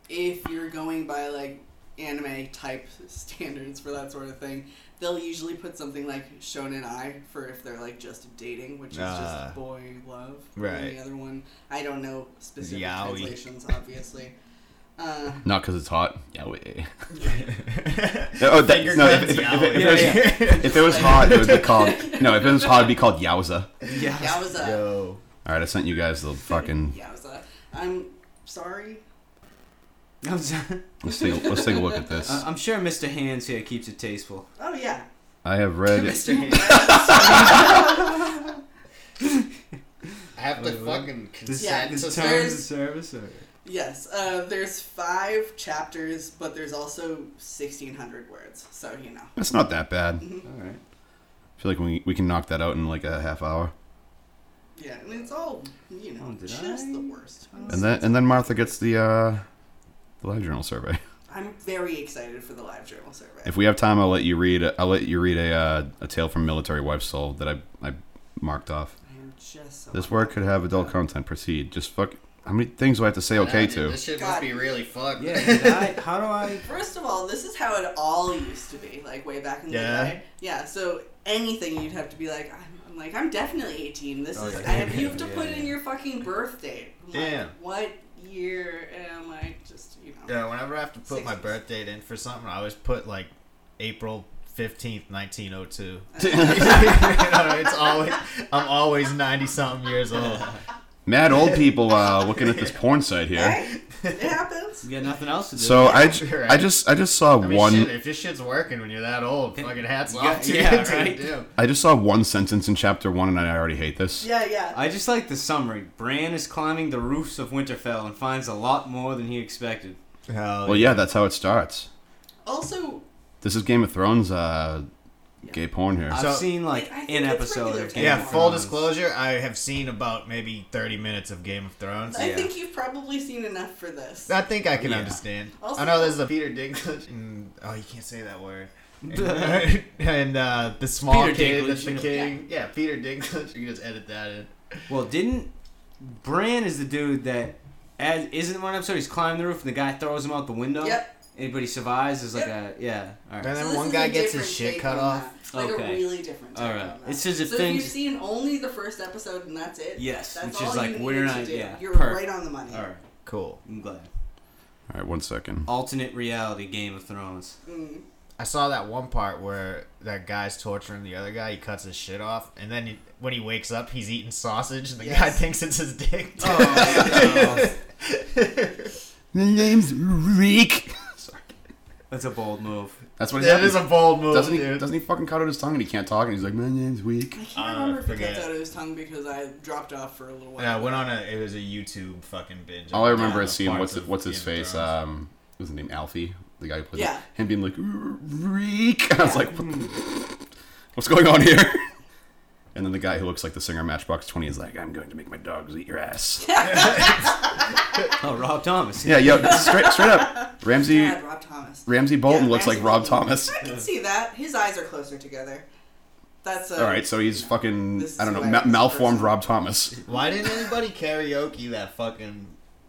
[SPEAKER 4] if you're going by like anime type [laughs] standards for that sort of thing, they'll usually put something like shonen I for if they're like just dating, which is
[SPEAKER 2] Ah.
[SPEAKER 4] just boy love. And
[SPEAKER 2] Right.
[SPEAKER 4] the other one, I don't know specific
[SPEAKER 2] Yaoi.
[SPEAKER 4] translations, obviously. Uh,
[SPEAKER 5] Not because it's hot. Yowie. oh, that, no, if, if, if, if, it- if,
[SPEAKER 3] Yeah,
[SPEAKER 5] it was- if it was hot, it would be called. No, if it was hot, it'd be called Yowza.
[SPEAKER 3] Yeah.
[SPEAKER 2] [laughs] [laughs]
[SPEAKER 4] Yowza.
[SPEAKER 2] Yo.
[SPEAKER 5] All right, I sent you guys the fucking.
[SPEAKER 4] Yowza. I'm sorry.
[SPEAKER 3] [laughs] I'm, sorry.
[SPEAKER 5] Let's take, let's take a look at
[SPEAKER 3] [laughs]
[SPEAKER 5] this.
[SPEAKER 3] I- I'm sure Mr. Hands here keeps it tasteful.
[SPEAKER 4] Oh, yeah.
[SPEAKER 5] I have read.
[SPEAKER 2] Mr. Hand. I have to fucking consent
[SPEAKER 4] Yeah,
[SPEAKER 2] to
[SPEAKER 3] This
[SPEAKER 4] so
[SPEAKER 3] terms
[SPEAKER 4] there's-
[SPEAKER 3] of service. Or...
[SPEAKER 4] Yes, uh, there's five chapters, but there's also 1,600 words, so you know.
[SPEAKER 5] That's not that bad.
[SPEAKER 3] All
[SPEAKER 4] [laughs]
[SPEAKER 3] right.
[SPEAKER 5] I feel like we, we can knock that out in like a half hour.
[SPEAKER 4] Yeah, and it's all, you know,
[SPEAKER 3] Oh, did
[SPEAKER 4] just
[SPEAKER 3] I?
[SPEAKER 4] the worst.
[SPEAKER 5] And then and then Martha gets the uh, the live journal survey. [laughs]
[SPEAKER 4] I'm very excited for the live journal survey.
[SPEAKER 5] If we have time, I'll let you read. I'll let you read a uh, a tale from Military Wife Soul that I I marked off.
[SPEAKER 4] I am just so
[SPEAKER 5] This work could have adult content. Proceed. Just fuck. How many things do I have to say
[SPEAKER 2] Nah,
[SPEAKER 5] okay
[SPEAKER 2] dude,
[SPEAKER 5] to?
[SPEAKER 2] This shit
[SPEAKER 4] God.
[SPEAKER 2] must be really fucked.
[SPEAKER 3] Yeah. did I, how do I?
[SPEAKER 4] First of all, this is how it all used to be, like way back in
[SPEAKER 2] Yeah.
[SPEAKER 4] the day. Yeah, so anything you'd have to be like, I'm, I'm like, I'm definitely 18. This
[SPEAKER 3] Oh,
[SPEAKER 4] is,
[SPEAKER 3] yeah.
[SPEAKER 4] I have, you have to
[SPEAKER 3] Yeah,
[SPEAKER 4] put
[SPEAKER 3] yeah.
[SPEAKER 4] in your fucking birth date. I'm like,
[SPEAKER 2] Damn.
[SPEAKER 4] what year am I? Just, you know.
[SPEAKER 2] Yeah, whenever I have to put my
[SPEAKER 4] Six.
[SPEAKER 2] birth date in for something, I always put like April fifteenth, nineteen oh
[SPEAKER 3] [laughs]
[SPEAKER 2] two. [laughs] It's always I'm always ninety something years
[SPEAKER 5] [laughs]
[SPEAKER 2] old.
[SPEAKER 5] Mad old people uh, looking at this porn site here.
[SPEAKER 4] Hey, it happens.
[SPEAKER 3] [laughs] You got nothing else to do.
[SPEAKER 5] So I, j- I just I just saw
[SPEAKER 2] I mean,
[SPEAKER 5] one
[SPEAKER 2] shit, if your shit's working when you're that old, fucking hats
[SPEAKER 3] You
[SPEAKER 2] off
[SPEAKER 3] got-
[SPEAKER 2] to you. [laughs]
[SPEAKER 3] yeah,
[SPEAKER 2] dude,
[SPEAKER 3] right.
[SPEAKER 2] dude.
[SPEAKER 5] I just saw one sentence in chapter one and I already hate this.
[SPEAKER 4] Yeah, yeah.
[SPEAKER 3] I just like the summary. Bran is climbing the roofs of Winterfell and finds a lot more than he expected.
[SPEAKER 2] Hell
[SPEAKER 5] Well, yeah, that's how it starts.
[SPEAKER 4] Also,
[SPEAKER 5] This is Game of Thrones uh, gay porn here.
[SPEAKER 3] I've
[SPEAKER 2] So-
[SPEAKER 3] seen like
[SPEAKER 4] Like, I think
[SPEAKER 3] an
[SPEAKER 4] it's
[SPEAKER 3] episode
[SPEAKER 4] regular
[SPEAKER 3] of
[SPEAKER 4] Yeah,
[SPEAKER 3] Game
[SPEAKER 2] Yeah,
[SPEAKER 3] of
[SPEAKER 2] full
[SPEAKER 3] Thrones.
[SPEAKER 2] disclosure, I have seen about maybe 30 minutes of Game of Thrones.
[SPEAKER 4] I
[SPEAKER 3] Yeah.
[SPEAKER 4] think you've probably seen enough for this.
[SPEAKER 2] I think I can
[SPEAKER 3] Yeah.
[SPEAKER 2] understand.
[SPEAKER 4] Also-
[SPEAKER 2] I know there's the Peter Dinklage [laughs] and oh, you can't say that
[SPEAKER 5] [laughs]
[SPEAKER 2] word. And, and, uh, the small
[SPEAKER 3] Peter
[SPEAKER 2] kid
[SPEAKER 3] Dinklage,
[SPEAKER 2] that's the
[SPEAKER 3] you know.
[SPEAKER 2] king. Yeah. Peter Dinklage. [laughs] You can just edit that in.
[SPEAKER 3] Well, didn't Bran is the dude that as isn't one episode he's climbing the roof and the guy throws him out the window.
[SPEAKER 4] Yep.
[SPEAKER 3] Anybody survives is like a yeah. All
[SPEAKER 2] And
[SPEAKER 3] right.
[SPEAKER 4] So
[SPEAKER 2] then
[SPEAKER 4] this
[SPEAKER 2] one
[SPEAKER 4] is
[SPEAKER 2] guy
[SPEAKER 4] a
[SPEAKER 2] gets
[SPEAKER 4] different
[SPEAKER 2] his shit
[SPEAKER 4] take
[SPEAKER 2] cut
[SPEAKER 4] on
[SPEAKER 2] off.
[SPEAKER 4] that. Like
[SPEAKER 3] Okay.
[SPEAKER 4] a really different take
[SPEAKER 3] All right.
[SPEAKER 4] on that.
[SPEAKER 3] It's just if
[SPEAKER 4] so
[SPEAKER 3] things-
[SPEAKER 4] if you've seen only the first episode and that's it.
[SPEAKER 3] Yes,
[SPEAKER 4] that's
[SPEAKER 3] which is
[SPEAKER 4] all
[SPEAKER 3] like,
[SPEAKER 4] you
[SPEAKER 3] we're
[SPEAKER 4] needed to
[SPEAKER 3] not-
[SPEAKER 4] do.
[SPEAKER 3] yeah,
[SPEAKER 4] You're
[SPEAKER 3] perfect.
[SPEAKER 4] right on the money.
[SPEAKER 3] All right.
[SPEAKER 2] Cool.
[SPEAKER 3] I'm glad.
[SPEAKER 5] All right, one second.
[SPEAKER 3] Alternate reality Game of Thrones.
[SPEAKER 4] Mm.
[SPEAKER 2] I saw that one part where that guy's torturing the other guy. He cuts his shit off, and then he, when he wakes up, he's eating sausage, and the guy
[SPEAKER 4] Yes.
[SPEAKER 2] thinks it's his
[SPEAKER 5] [laughs]
[SPEAKER 2] dick.
[SPEAKER 3] Oh,
[SPEAKER 5] The name's Reek. Sorry.
[SPEAKER 3] that's a bold move.
[SPEAKER 5] That's what he's
[SPEAKER 2] that is a bold move,
[SPEAKER 5] doesn't he?
[SPEAKER 2] dude.
[SPEAKER 5] Doesn't he fucking cut out his tongue and he can't talk and he's like, my name's Weak.
[SPEAKER 4] I can't
[SPEAKER 2] Uh,
[SPEAKER 4] remember if it
[SPEAKER 2] forget.
[SPEAKER 4] cuts out of his tongue because I dropped off for a little while.
[SPEAKER 2] Yeah, I went on a. It was a YouTube fucking binge.
[SPEAKER 5] All I remember
[SPEAKER 2] Yeah.
[SPEAKER 5] is seeing what's
[SPEAKER 2] Parts of
[SPEAKER 5] what's his
[SPEAKER 2] Game of
[SPEAKER 5] face.
[SPEAKER 2] Thrones.
[SPEAKER 5] Um, what was his name Alfie, the guy who plays
[SPEAKER 4] Yeah.
[SPEAKER 5] it, him being like Reek. [laughs] I was like, what the- what's going on here? [laughs] And then the guy who looks like the singer Matchbox Twenty is like, I'm going to make my dogs eat your ass.
[SPEAKER 3] Oh, Rob Thomas.
[SPEAKER 5] yeah, yo, straight straight up, Ramsey
[SPEAKER 4] Yeah, Rob Thomas.
[SPEAKER 5] Ramsey Bolton
[SPEAKER 4] Yeah,
[SPEAKER 5] looks
[SPEAKER 4] Ramsay
[SPEAKER 5] like Rob
[SPEAKER 4] Bolton.
[SPEAKER 5] Thomas.
[SPEAKER 4] I can see that. His eyes are closer together. That's um, a,
[SPEAKER 5] All right, so he's fucking
[SPEAKER 4] This
[SPEAKER 5] I don't
[SPEAKER 4] is
[SPEAKER 5] know
[SPEAKER 4] why
[SPEAKER 5] ma-
[SPEAKER 4] I was
[SPEAKER 5] malformed
[SPEAKER 4] first.
[SPEAKER 5] Rob Thomas.
[SPEAKER 2] Why didn't anybody karaoke that fucking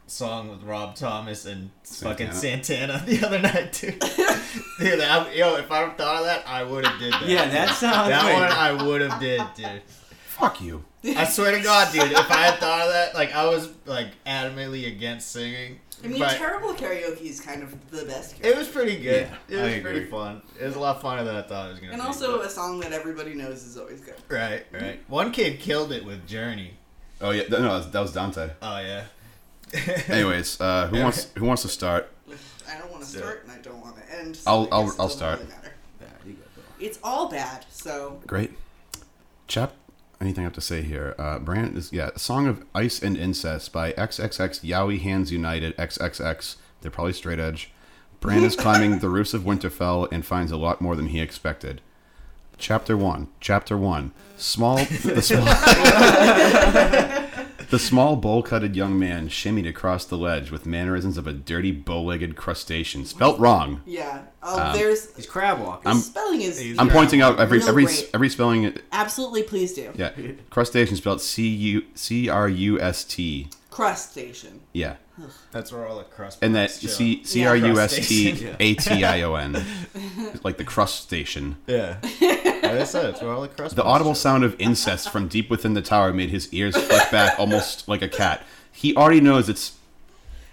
[SPEAKER 2] song with Rob Thomas and fucking Santana the other night,
[SPEAKER 4] [laughs]
[SPEAKER 2] dude? dude, I, yo, if I thought of that, I would have did that.
[SPEAKER 3] Yeah, that sounds.
[SPEAKER 2] that
[SPEAKER 3] wait.
[SPEAKER 2] one I would have did, dude.
[SPEAKER 5] Fuck you.
[SPEAKER 2] I swear to God, dude, if I had thought of that, like I was like adamantly against singing.
[SPEAKER 4] I mean,
[SPEAKER 2] but
[SPEAKER 4] terrible karaoke is kind of the best. Karaoke.
[SPEAKER 2] it was pretty good.
[SPEAKER 5] Yeah,
[SPEAKER 2] it was
[SPEAKER 5] I
[SPEAKER 2] pretty
[SPEAKER 5] agree.
[SPEAKER 2] fun. It was a lot funner than I thought it was gonna
[SPEAKER 4] and
[SPEAKER 2] be.
[SPEAKER 4] also
[SPEAKER 2] but-
[SPEAKER 4] a song that everybody knows is always good.
[SPEAKER 2] right, right. One kid killed it with Journey.
[SPEAKER 5] Oh yeah, no, that was, that was Dante.
[SPEAKER 2] Oh yeah.
[SPEAKER 5] Anyways, uh, who wants who wants to start?
[SPEAKER 4] I don't want to
[SPEAKER 2] So-
[SPEAKER 4] start and I don't want to end.
[SPEAKER 5] I'll-
[SPEAKER 4] I
[SPEAKER 5] I'll-
[SPEAKER 4] guess it
[SPEAKER 5] I'll
[SPEAKER 4] doesn't
[SPEAKER 5] start.
[SPEAKER 4] really matter.
[SPEAKER 3] Yeah, you go, Bill.
[SPEAKER 4] It's all bad, so
[SPEAKER 5] Great. Chap, anything I have to say here? Uh, Brand is yeah, Song of Ice and Incest by XXX Yowie Hands United XXX. They're probably straight edge. Bran is climbing the roofs of Winterfell and finds a lot more than he expected. Chapter one. Chapter one. Small the small The small bowl cutted young man shimmied across the ledge with mannerisms of a dirty bow legged crustacean. Spelt wrong.
[SPEAKER 4] yeah. Um, there's
[SPEAKER 3] He's crab walking.
[SPEAKER 4] the spelling is
[SPEAKER 2] He's-
[SPEAKER 5] I'm pointing out every
[SPEAKER 4] No,
[SPEAKER 5] every
[SPEAKER 4] great.
[SPEAKER 5] every spelling
[SPEAKER 4] absolutely please do
[SPEAKER 5] Yeah, crustacean spelled C U C R U S T.
[SPEAKER 4] crustacean.
[SPEAKER 5] Yeah,
[SPEAKER 2] [laughs] That's where all the crust.
[SPEAKER 5] and that
[SPEAKER 2] marks show.
[SPEAKER 5] C C R U S T
[SPEAKER 2] Crustacean.
[SPEAKER 5] A T I O N, like the crustacean.
[SPEAKER 2] Yeah. Like I said, it's where all the crust.
[SPEAKER 5] The
[SPEAKER 2] marks
[SPEAKER 5] audible
[SPEAKER 2] show.
[SPEAKER 5] sound of incest from deep within the tower made his ears flick back, almost like a cat. He already knows it's.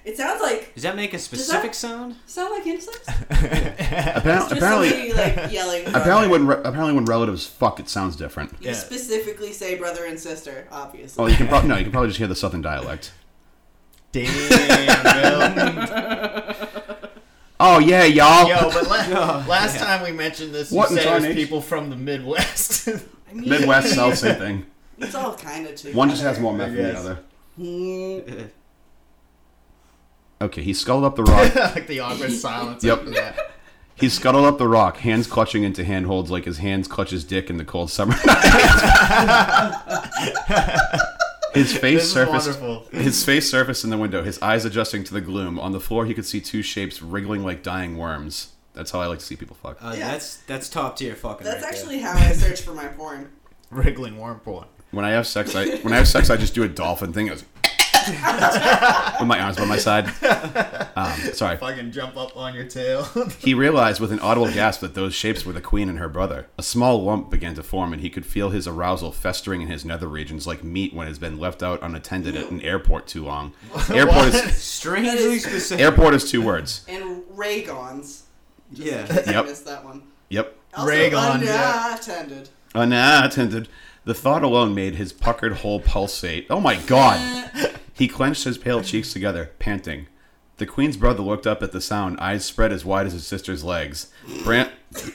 [SPEAKER 4] It sounds like
[SPEAKER 3] Does that make a specific sound?
[SPEAKER 4] sound
[SPEAKER 2] [laughs]
[SPEAKER 4] like
[SPEAKER 5] [laughs]
[SPEAKER 4] insects.
[SPEAKER 5] Apparently,
[SPEAKER 4] Just
[SPEAKER 5] apparently,
[SPEAKER 4] somebody
[SPEAKER 5] [laughs]
[SPEAKER 4] like yelling.
[SPEAKER 5] apparently
[SPEAKER 4] brother.
[SPEAKER 5] when re- apparently when relatives fuck, it sounds different.
[SPEAKER 4] you
[SPEAKER 2] Yeah.
[SPEAKER 4] specifically say brother and sister, obviously.
[SPEAKER 5] Oh, you can probably no, you can probably just hear the southern dialect. [laughs]
[SPEAKER 2] Damn, Bill.
[SPEAKER 5] Oh yeah, y'all.
[SPEAKER 2] Yo, but la- last time we mentioned this, you
[SPEAKER 5] What in
[SPEAKER 2] said it was
[SPEAKER 5] tarnation?
[SPEAKER 2] people from the Midwest. [laughs]
[SPEAKER 4] I mean,
[SPEAKER 5] Midwest, South, same thing.
[SPEAKER 4] It's all kind of too.
[SPEAKER 5] One just has more meth than the
[SPEAKER 2] Yes.
[SPEAKER 5] other.
[SPEAKER 4] Mm,
[SPEAKER 5] Okay, he sculled up the rock.
[SPEAKER 2] like the awkward silence.
[SPEAKER 5] Yep.
[SPEAKER 2] after that.
[SPEAKER 5] He scuttled up the rock, hands clutching into handholds like his hands clutch his dick in the cold summer [laughs] his face
[SPEAKER 2] This is
[SPEAKER 5] surfaced.
[SPEAKER 2] wonderful.
[SPEAKER 5] His face surfaced in the window, his eyes adjusting to the gloom. On the floor, he could see two shapes wriggling like dying worms. That's how I like to see people fuck.
[SPEAKER 3] Uh,
[SPEAKER 4] Yeah.
[SPEAKER 3] That's that's top tier fucking.
[SPEAKER 4] that's
[SPEAKER 3] right
[SPEAKER 4] actually how I search for my porn.
[SPEAKER 2] Wriggling worm porn.
[SPEAKER 5] When I have sex, I when I have sex, I just do a dolphin thing. I was [laughs] with my arms by my side. Um, sorry.
[SPEAKER 2] Fucking jump up on your tail. [laughs]
[SPEAKER 5] He realized with an audible gasp that those shapes were the queen and her brother. A small lump began to form, and he could feel his arousal festering in his nether regions like meat when it has been left out unattended at an airport too long. Airport
[SPEAKER 3] there.
[SPEAKER 5] is
[SPEAKER 3] Strangely specific.
[SPEAKER 5] airport is two words.
[SPEAKER 4] And Raygon's. [laughs]
[SPEAKER 3] Yeah.
[SPEAKER 4] I
[SPEAKER 5] Yep.
[SPEAKER 4] missed that one.
[SPEAKER 5] Yep.
[SPEAKER 4] Also,
[SPEAKER 2] Raygon's, yeah.
[SPEAKER 4] unattended.
[SPEAKER 5] Unattended. The thought alone made his puckered hole pulsate. Oh my god! He clenched his pale cheeks together, panting. The queen's brother looked up at the sound, eyes spread as wide as his sister's legs. Brant,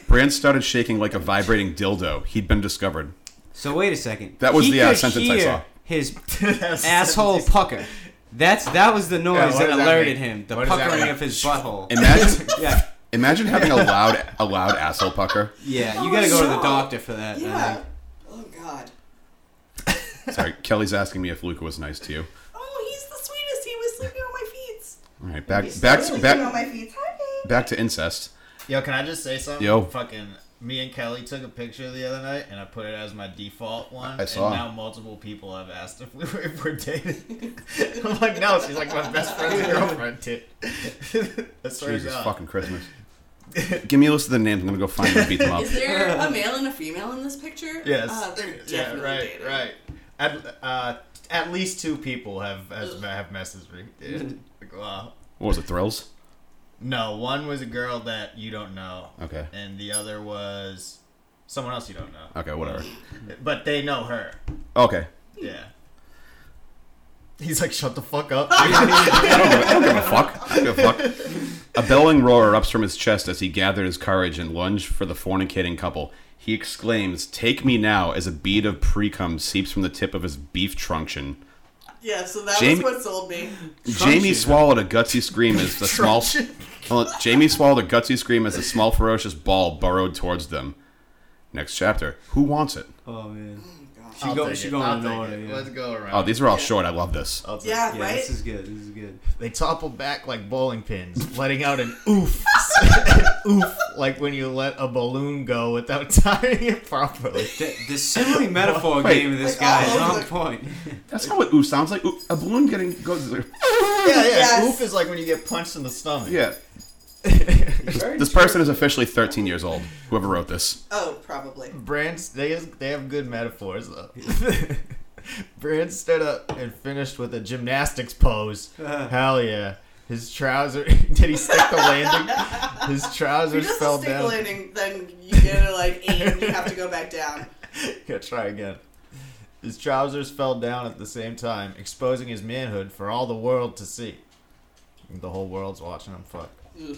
[SPEAKER 5] Brant started shaking like a vibrating dildo. He'd been discovered.
[SPEAKER 3] So wait a second.
[SPEAKER 5] That was
[SPEAKER 3] He
[SPEAKER 5] the, uh,
[SPEAKER 3] could
[SPEAKER 5] sentence I
[SPEAKER 3] hear
[SPEAKER 5] saw.
[SPEAKER 3] His [laughs]
[SPEAKER 2] That's-
[SPEAKER 3] asshole pucker. That's that was the noise
[SPEAKER 2] what
[SPEAKER 3] that
[SPEAKER 2] does that
[SPEAKER 3] alerted
[SPEAKER 2] mean?
[SPEAKER 3] him. The
[SPEAKER 2] What does that
[SPEAKER 3] puckering
[SPEAKER 2] mean?
[SPEAKER 3] of his butthole.
[SPEAKER 5] Imagine,
[SPEAKER 3] yeah,
[SPEAKER 5] Imagine having
[SPEAKER 4] [laughs]
[SPEAKER 5] a loud, a loud asshole pucker.
[SPEAKER 3] yeah.
[SPEAKER 4] Oh,
[SPEAKER 3] You gotta go to the
[SPEAKER 4] no.
[SPEAKER 3] doctor for that. I
[SPEAKER 4] Yeah.
[SPEAKER 3] think.
[SPEAKER 4] Oh God.
[SPEAKER 5] Sorry, Kelly's asking me if Luca was nice to you.
[SPEAKER 4] Oh, he's the sweetest. He was sleeping on my feet.
[SPEAKER 5] All right, back,
[SPEAKER 4] He's
[SPEAKER 5] back,
[SPEAKER 4] sleeping
[SPEAKER 5] back,
[SPEAKER 4] on my feet. Hi, babe.
[SPEAKER 5] back to incest.
[SPEAKER 2] Yo, can I just say something?
[SPEAKER 5] Yo.
[SPEAKER 2] Fucking me and Kelly took a picture the other night, and I put it as my default one.
[SPEAKER 5] I saw.
[SPEAKER 2] And now multiple people have asked if, we were, if we're dating. [laughs] I'm like, no, she's like my best friend's girlfriend, [laughs] too. That's
[SPEAKER 5] Jesus fucking
[SPEAKER 4] [laughs]
[SPEAKER 5] Christmas. Give me a list of the names. I'm gonna go find them and beat them up.
[SPEAKER 4] Is
[SPEAKER 2] [laughs]
[SPEAKER 4] there a male and a female in this picture?
[SPEAKER 2] Yes.
[SPEAKER 4] Uh, they're definitely
[SPEAKER 2] yeah, right,
[SPEAKER 4] dating.
[SPEAKER 2] right. At, uh, at least two people have has, have messaged me. dude. Like, wow.
[SPEAKER 5] What was it? Thrills.
[SPEAKER 2] No, one was a girl that you don't know.
[SPEAKER 5] Okay.
[SPEAKER 2] And the other was someone else you don't know.
[SPEAKER 5] Okay, whatever.
[SPEAKER 2] But they know her.
[SPEAKER 5] Okay.
[SPEAKER 2] Yeah. He's like, shut the fuck up. [laughs]
[SPEAKER 5] I don't, give a, I don't give a fuck. I don't give a fuck. A bellowing roar erupts from his chest as he gathered his courage and lunged for the fornicating couple. He exclaims, "Take me now!" as a bead of precum seeps from the tip of his beef truncheon.
[SPEAKER 4] Yeah. So that
[SPEAKER 5] Jamie-
[SPEAKER 4] was what sold me.
[SPEAKER 5] Jamie
[SPEAKER 3] Truncheon.
[SPEAKER 5] swallowed a gutsy scream as the small.
[SPEAKER 2] Truncheon.
[SPEAKER 5] Well, Jamie swallowed a gutsy scream as the small ferocious ball burrowed towards them. Next chapter. Who wants it?
[SPEAKER 3] Oh man.
[SPEAKER 4] God.
[SPEAKER 3] She
[SPEAKER 2] I'll
[SPEAKER 3] go.
[SPEAKER 2] take
[SPEAKER 3] she
[SPEAKER 2] it.
[SPEAKER 3] going
[SPEAKER 2] I'll
[SPEAKER 3] in
[SPEAKER 2] take
[SPEAKER 3] order.
[SPEAKER 2] it.
[SPEAKER 3] Yeah.
[SPEAKER 2] Let's go around.
[SPEAKER 5] Oh, these are all short. I love this.
[SPEAKER 2] I'll take it.
[SPEAKER 4] Yeah.
[SPEAKER 3] Yeah,
[SPEAKER 4] right.
[SPEAKER 3] this is good. This is good.
[SPEAKER 2] They topple back like bowling [laughs] pins, letting out an oof. [laughs] oof, like when you let a balloon go without [laughs] tying it properly.
[SPEAKER 3] The, the simile metaphor
[SPEAKER 5] Wait.
[SPEAKER 3] game of this
[SPEAKER 4] Like,
[SPEAKER 3] guy is
[SPEAKER 4] all
[SPEAKER 3] on
[SPEAKER 4] over the-
[SPEAKER 3] point. [laughs]
[SPEAKER 5] That's not what ooh sounds like. Ooh, a balloon getting goes.
[SPEAKER 2] Yeah, yeah.
[SPEAKER 4] Yes.
[SPEAKER 2] [laughs] Oof is like when you get punched in the stomach.
[SPEAKER 5] Yeah. This person is officially 13 years old. Whoever wrote this.
[SPEAKER 4] Oh, probably.
[SPEAKER 2] Brands they they have good metaphors [laughs] though. Brand stood up and finished with a gymnastics pose.
[SPEAKER 3] Uh,
[SPEAKER 2] Hell yeah. His trouser [laughs] did he stick the landing?
[SPEAKER 4] [laughs]
[SPEAKER 2] His
[SPEAKER 4] If you
[SPEAKER 2] trousers
[SPEAKER 4] just
[SPEAKER 2] fell
[SPEAKER 4] stick the
[SPEAKER 2] down.
[SPEAKER 4] landing, then you get to like aim and you have to go back down.
[SPEAKER 2] [laughs] Gotta try again. His trousers fell down at the same time, exposing his manhood for all the world to see. The whole world's watching him fuck.
[SPEAKER 4] Ugh.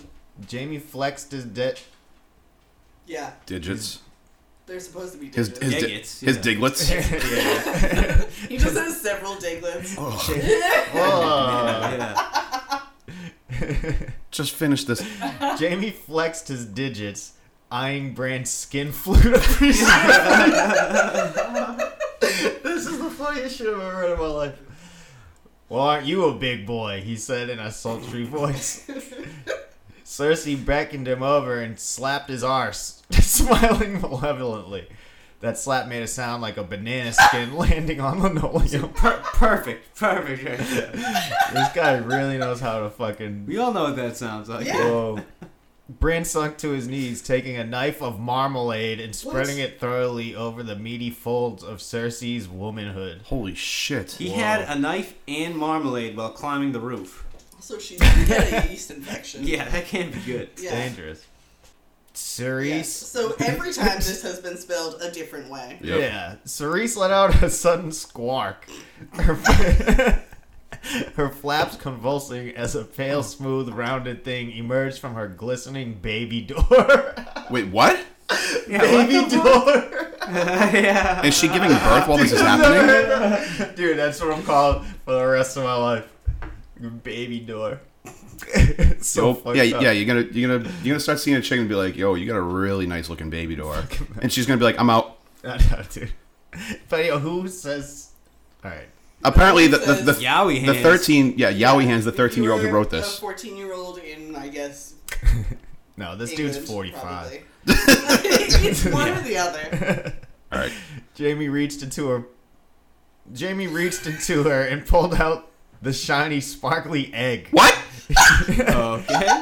[SPEAKER 2] Jamie flexed his [laughs] dick.
[SPEAKER 4] Yeah,
[SPEAKER 5] Digits.
[SPEAKER 4] they're supposed to be
[SPEAKER 5] His
[SPEAKER 4] digits.
[SPEAKER 5] [laughs] his, di-
[SPEAKER 3] Digits,
[SPEAKER 5] his
[SPEAKER 3] yeah.
[SPEAKER 5] diglets.
[SPEAKER 2] [laughs]
[SPEAKER 4] he just has several diglets.
[SPEAKER 2] Whoa. [laughs]
[SPEAKER 3] Yeah.
[SPEAKER 5] Just finish this.
[SPEAKER 3] [laughs]
[SPEAKER 2] Jamie flexed his digits, eyeing Brand's skin flute appreciation. [laughs] this is the funniest shit I've ever heard in my life. Well, aren't you a big boy? He said in a sultry
[SPEAKER 3] [laughs]
[SPEAKER 2] voice. Cersei beckoned him over and slapped his arse, [laughs] smiling malevolently. That slap made a sound like a banana skin [laughs] landing on linoleum.
[SPEAKER 3] Per- perfect, perfect. Right there.
[SPEAKER 2] This guy really knows how to fucking
[SPEAKER 3] We all know what that sounds like.
[SPEAKER 4] Yeah.
[SPEAKER 2] Whoa. Bran sunk to his knees, taking a knife of marmalade and spreading it thoroughly over the meaty folds of Cersei's womanhood.
[SPEAKER 5] Holy shit.
[SPEAKER 3] He had a knife and marmalade while climbing the roof.
[SPEAKER 4] So she had a yeast infection.
[SPEAKER 3] Yeah, that can't be good.
[SPEAKER 4] Yeah.
[SPEAKER 2] Dangerous.
[SPEAKER 4] Yeah.
[SPEAKER 2] Cerise.
[SPEAKER 4] So every time this has been spelled a different way.
[SPEAKER 5] Yep.
[SPEAKER 2] Yeah. Cerise let out a sudden squawk. Her, [laughs] her flaps convulsing as a pale, smooth, rounded thing emerged from her glistening baby door.
[SPEAKER 5] Wait, what?
[SPEAKER 3] [laughs] Yeah, what
[SPEAKER 2] baby
[SPEAKER 3] the-
[SPEAKER 2] door.
[SPEAKER 3] [laughs] yeah.
[SPEAKER 5] Is she giving birth while this is happening?
[SPEAKER 2] [laughs] Dude, that's what I'm called for the rest of my life. Baby door. [laughs] It's so
[SPEAKER 5] Yo,
[SPEAKER 2] fucked
[SPEAKER 5] yeah,
[SPEAKER 2] up.
[SPEAKER 5] yeah. You're gonna, you're gonna, you're gonna start seeing a chick and be like, "Yo, you got a really nice looking baby door," and she's gonna be like, "I'm out."
[SPEAKER 2] [laughs] I know, dude. But yo, who says? All right.
[SPEAKER 5] Apparently, the the, the,
[SPEAKER 3] Yowie
[SPEAKER 5] the
[SPEAKER 3] hands.
[SPEAKER 5] 13, yeah, Yowie hands the
[SPEAKER 4] If you
[SPEAKER 5] 13 year old who
[SPEAKER 4] were
[SPEAKER 5] wrote
[SPEAKER 4] A
[SPEAKER 5] this.
[SPEAKER 4] 14 year old in, I guess.
[SPEAKER 2] No, this dude's
[SPEAKER 4] England,
[SPEAKER 2] 45.
[SPEAKER 4] probably. [laughs] it's one or the other.
[SPEAKER 5] All right,
[SPEAKER 2] Jamie reached into her. Jamie reached into her and pulled out the shiny, sparkly egg.
[SPEAKER 5] what?
[SPEAKER 3] Okay.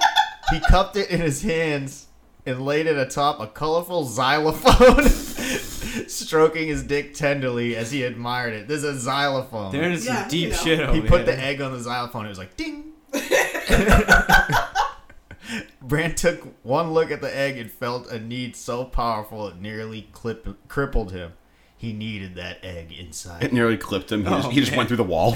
[SPEAKER 2] He cupped it in his hands and laid it atop a colorful xylophone, [laughs] stroking his dick tenderly as he admired it. There's a xylophone.
[SPEAKER 3] There's
[SPEAKER 4] Yeah,
[SPEAKER 3] some deep
[SPEAKER 4] you know.
[SPEAKER 3] shit over
[SPEAKER 2] he put
[SPEAKER 3] here.
[SPEAKER 2] the egg on the xylophone. It was like ding. Brand took one look at the egg and felt a need so powerful it nearly clip- crippled him. He needed that egg
[SPEAKER 5] It
[SPEAKER 2] inside.
[SPEAKER 5] nearly clipped him. He,
[SPEAKER 3] Oh,
[SPEAKER 5] just, he just
[SPEAKER 3] man.
[SPEAKER 5] went through the
[SPEAKER 4] [laughs]
[SPEAKER 5] wall.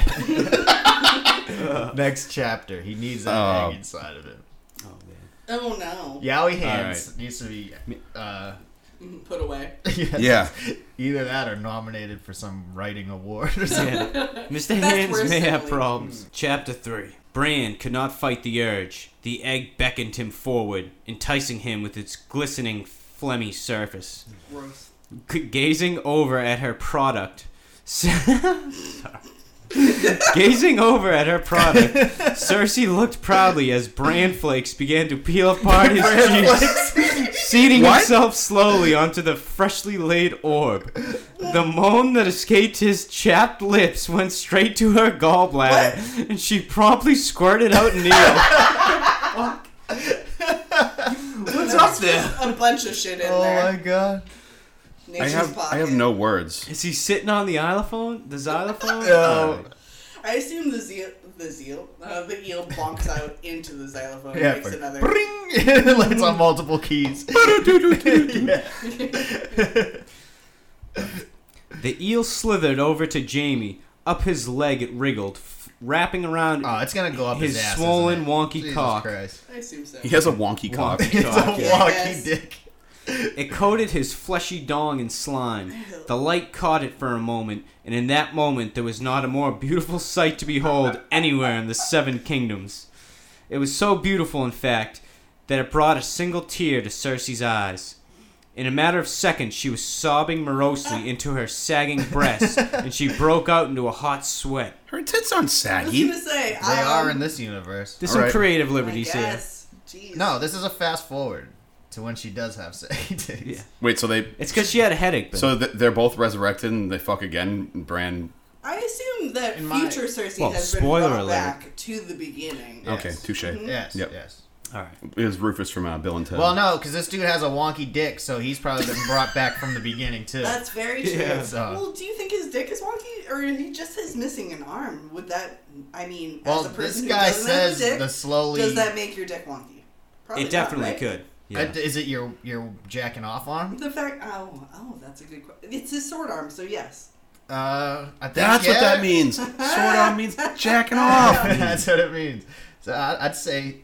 [SPEAKER 2] [laughs]
[SPEAKER 5] [laughs]
[SPEAKER 2] Next chapter, he needs that
[SPEAKER 5] Oh.
[SPEAKER 2] egg inside of him.
[SPEAKER 3] Oh, man.
[SPEAKER 4] Oh no.
[SPEAKER 2] Yowie hands needs to be uh, [laughs]
[SPEAKER 4] Mm, Put away.
[SPEAKER 2] yes.
[SPEAKER 5] yeah,
[SPEAKER 2] either that or nominated for some writing award. or something.
[SPEAKER 3] [laughs] Yeah. Mr.
[SPEAKER 4] That's
[SPEAKER 3] Hands
[SPEAKER 4] worse
[SPEAKER 3] may
[SPEAKER 4] than
[SPEAKER 3] have
[SPEAKER 4] we-
[SPEAKER 3] problems. Chapter 3. Bran could not fight the urge. The egg beckoned him forward, enticing him with its glistening, phlegmy surface.
[SPEAKER 4] Gross.
[SPEAKER 3] G- Gazing over at her product. [laughs] Sorry. Gazing over at her product, Cersei looked proudly as bran flakes began to peel apart his cheeks, seating
[SPEAKER 5] What?
[SPEAKER 3] himself slowly onto the freshly laid orb. The moan that escaped his chapped lips went straight to her gallbladder, and she promptly squirted out [laughs] Neil. What's up there?
[SPEAKER 4] A bunch of shit in
[SPEAKER 2] oh
[SPEAKER 4] there.
[SPEAKER 2] my god.
[SPEAKER 5] I
[SPEAKER 4] Nature's
[SPEAKER 5] have,
[SPEAKER 4] pocket.
[SPEAKER 5] I have no words.
[SPEAKER 3] Is he sitting on the xylophone? The xylophone?
[SPEAKER 2] No.
[SPEAKER 4] I assume the zeal, the zeal, uh, the eel
[SPEAKER 2] [laughs]
[SPEAKER 4] bonks out into the xylophone
[SPEAKER 2] Yeah,
[SPEAKER 4] and makes
[SPEAKER 2] for-
[SPEAKER 4] another.
[SPEAKER 2] Bring! [laughs] it lands on multiple keys. [laughs] Yeah.
[SPEAKER 3] The eel slithered over to Jamie. Up his leg it wriggled, f- wrapping around
[SPEAKER 2] Oh, it's gonna go up his,
[SPEAKER 3] his
[SPEAKER 2] ass,
[SPEAKER 3] swollen,
[SPEAKER 2] isn't it?
[SPEAKER 3] wonky
[SPEAKER 2] Jesus
[SPEAKER 3] cock. [laughs]
[SPEAKER 2] Christ.
[SPEAKER 4] I assume so.
[SPEAKER 5] He has a wonky cock.
[SPEAKER 3] Wonky
[SPEAKER 2] It's a
[SPEAKER 3] cock.
[SPEAKER 2] wonky
[SPEAKER 4] Yes.
[SPEAKER 2] dick.
[SPEAKER 3] It coated his fleshy dong in slime. The light caught it for a moment, and in that moment there was not a more beautiful sight to behold anywhere in the Seven Kingdoms. It was so beautiful, in fact, that it brought a single tear to Cersei's eyes. In a matter of seconds, she was sobbing morosely into her sagging breast, and she broke out into a hot sweat.
[SPEAKER 5] Her tits aren't
[SPEAKER 4] I was
[SPEAKER 5] saggy.
[SPEAKER 4] gonna say
[SPEAKER 2] They
[SPEAKER 4] um,
[SPEAKER 2] are in this universe.
[SPEAKER 3] There's
[SPEAKER 5] All
[SPEAKER 3] some
[SPEAKER 5] right.
[SPEAKER 3] creative
[SPEAKER 4] I
[SPEAKER 3] liberties here.
[SPEAKER 4] guess. Jeez.
[SPEAKER 2] No, this is a fast forward to when she does have sex. [laughs]
[SPEAKER 3] Yeah.
[SPEAKER 5] Wait, so they,
[SPEAKER 3] It's because she had a headache. Bill.
[SPEAKER 5] so th- they're both resurrected and they fuck again. And Bran,
[SPEAKER 4] I assume that
[SPEAKER 2] In my-
[SPEAKER 4] future Cersei
[SPEAKER 3] Well,
[SPEAKER 4] has been
[SPEAKER 3] spoiler
[SPEAKER 4] brought
[SPEAKER 3] alert.
[SPEAKER 4] back to the beginning.
[SPEAKER 5] okay, touche.
[SPEAKER 2] Yes.
[SPEAKER 5] Yep.
[SPEAKER 2] Yes.
[SPEAKER 3] All right.
[SPEAKER 5] It was Rufus from uh, Bill and Ted.
[SPEAKER 2] Well, no, because this dude has a wonky dick, so he's probably been brought back from the beginning too.
[SPEAKER 4] That's very true.
[SPEAKER 3] Yeah.
[SPEAKER 2] So-
[SPEAKER 4] Well, do you think his dick is wonky, or he just is missing an arm? Would that? I mean,
[SPEAKER 2] well,
[SPEAKER 4] as a
[SPEAKER 2] this
[SPEAKER 4] person
[SPEAKER 2] guy
[SPEAKER 4] who doesn't
[SPEAKER 2] says
[SPEAKER 4] have a dick,
[SPEAKER 2] the slowly.
[SPEAKER 4] does that make your dick wonky? Probably
[SPEAKER 3] It definitely
[SPEAKER 4] not, right?
[SPEAKER 3] could. Yeah.
[SPEAKER 2] Uh, Is it your your jacking off arm?
[SPEAKER 4] The fact, oh, oh, that's a good question. It's his sword arm, so yes.
[SPEAKER 2] Uh, I think,
[SPEAKER 5] That's
[SPEAKER 2] yeah.
[SPEAKER 5] what that means. Sword on
[SPEAKER 4] [laughs]
[SPEAKER 5] means jacking off.
[SPEAKER 2] [laughs] That's what it means. So I, I'd say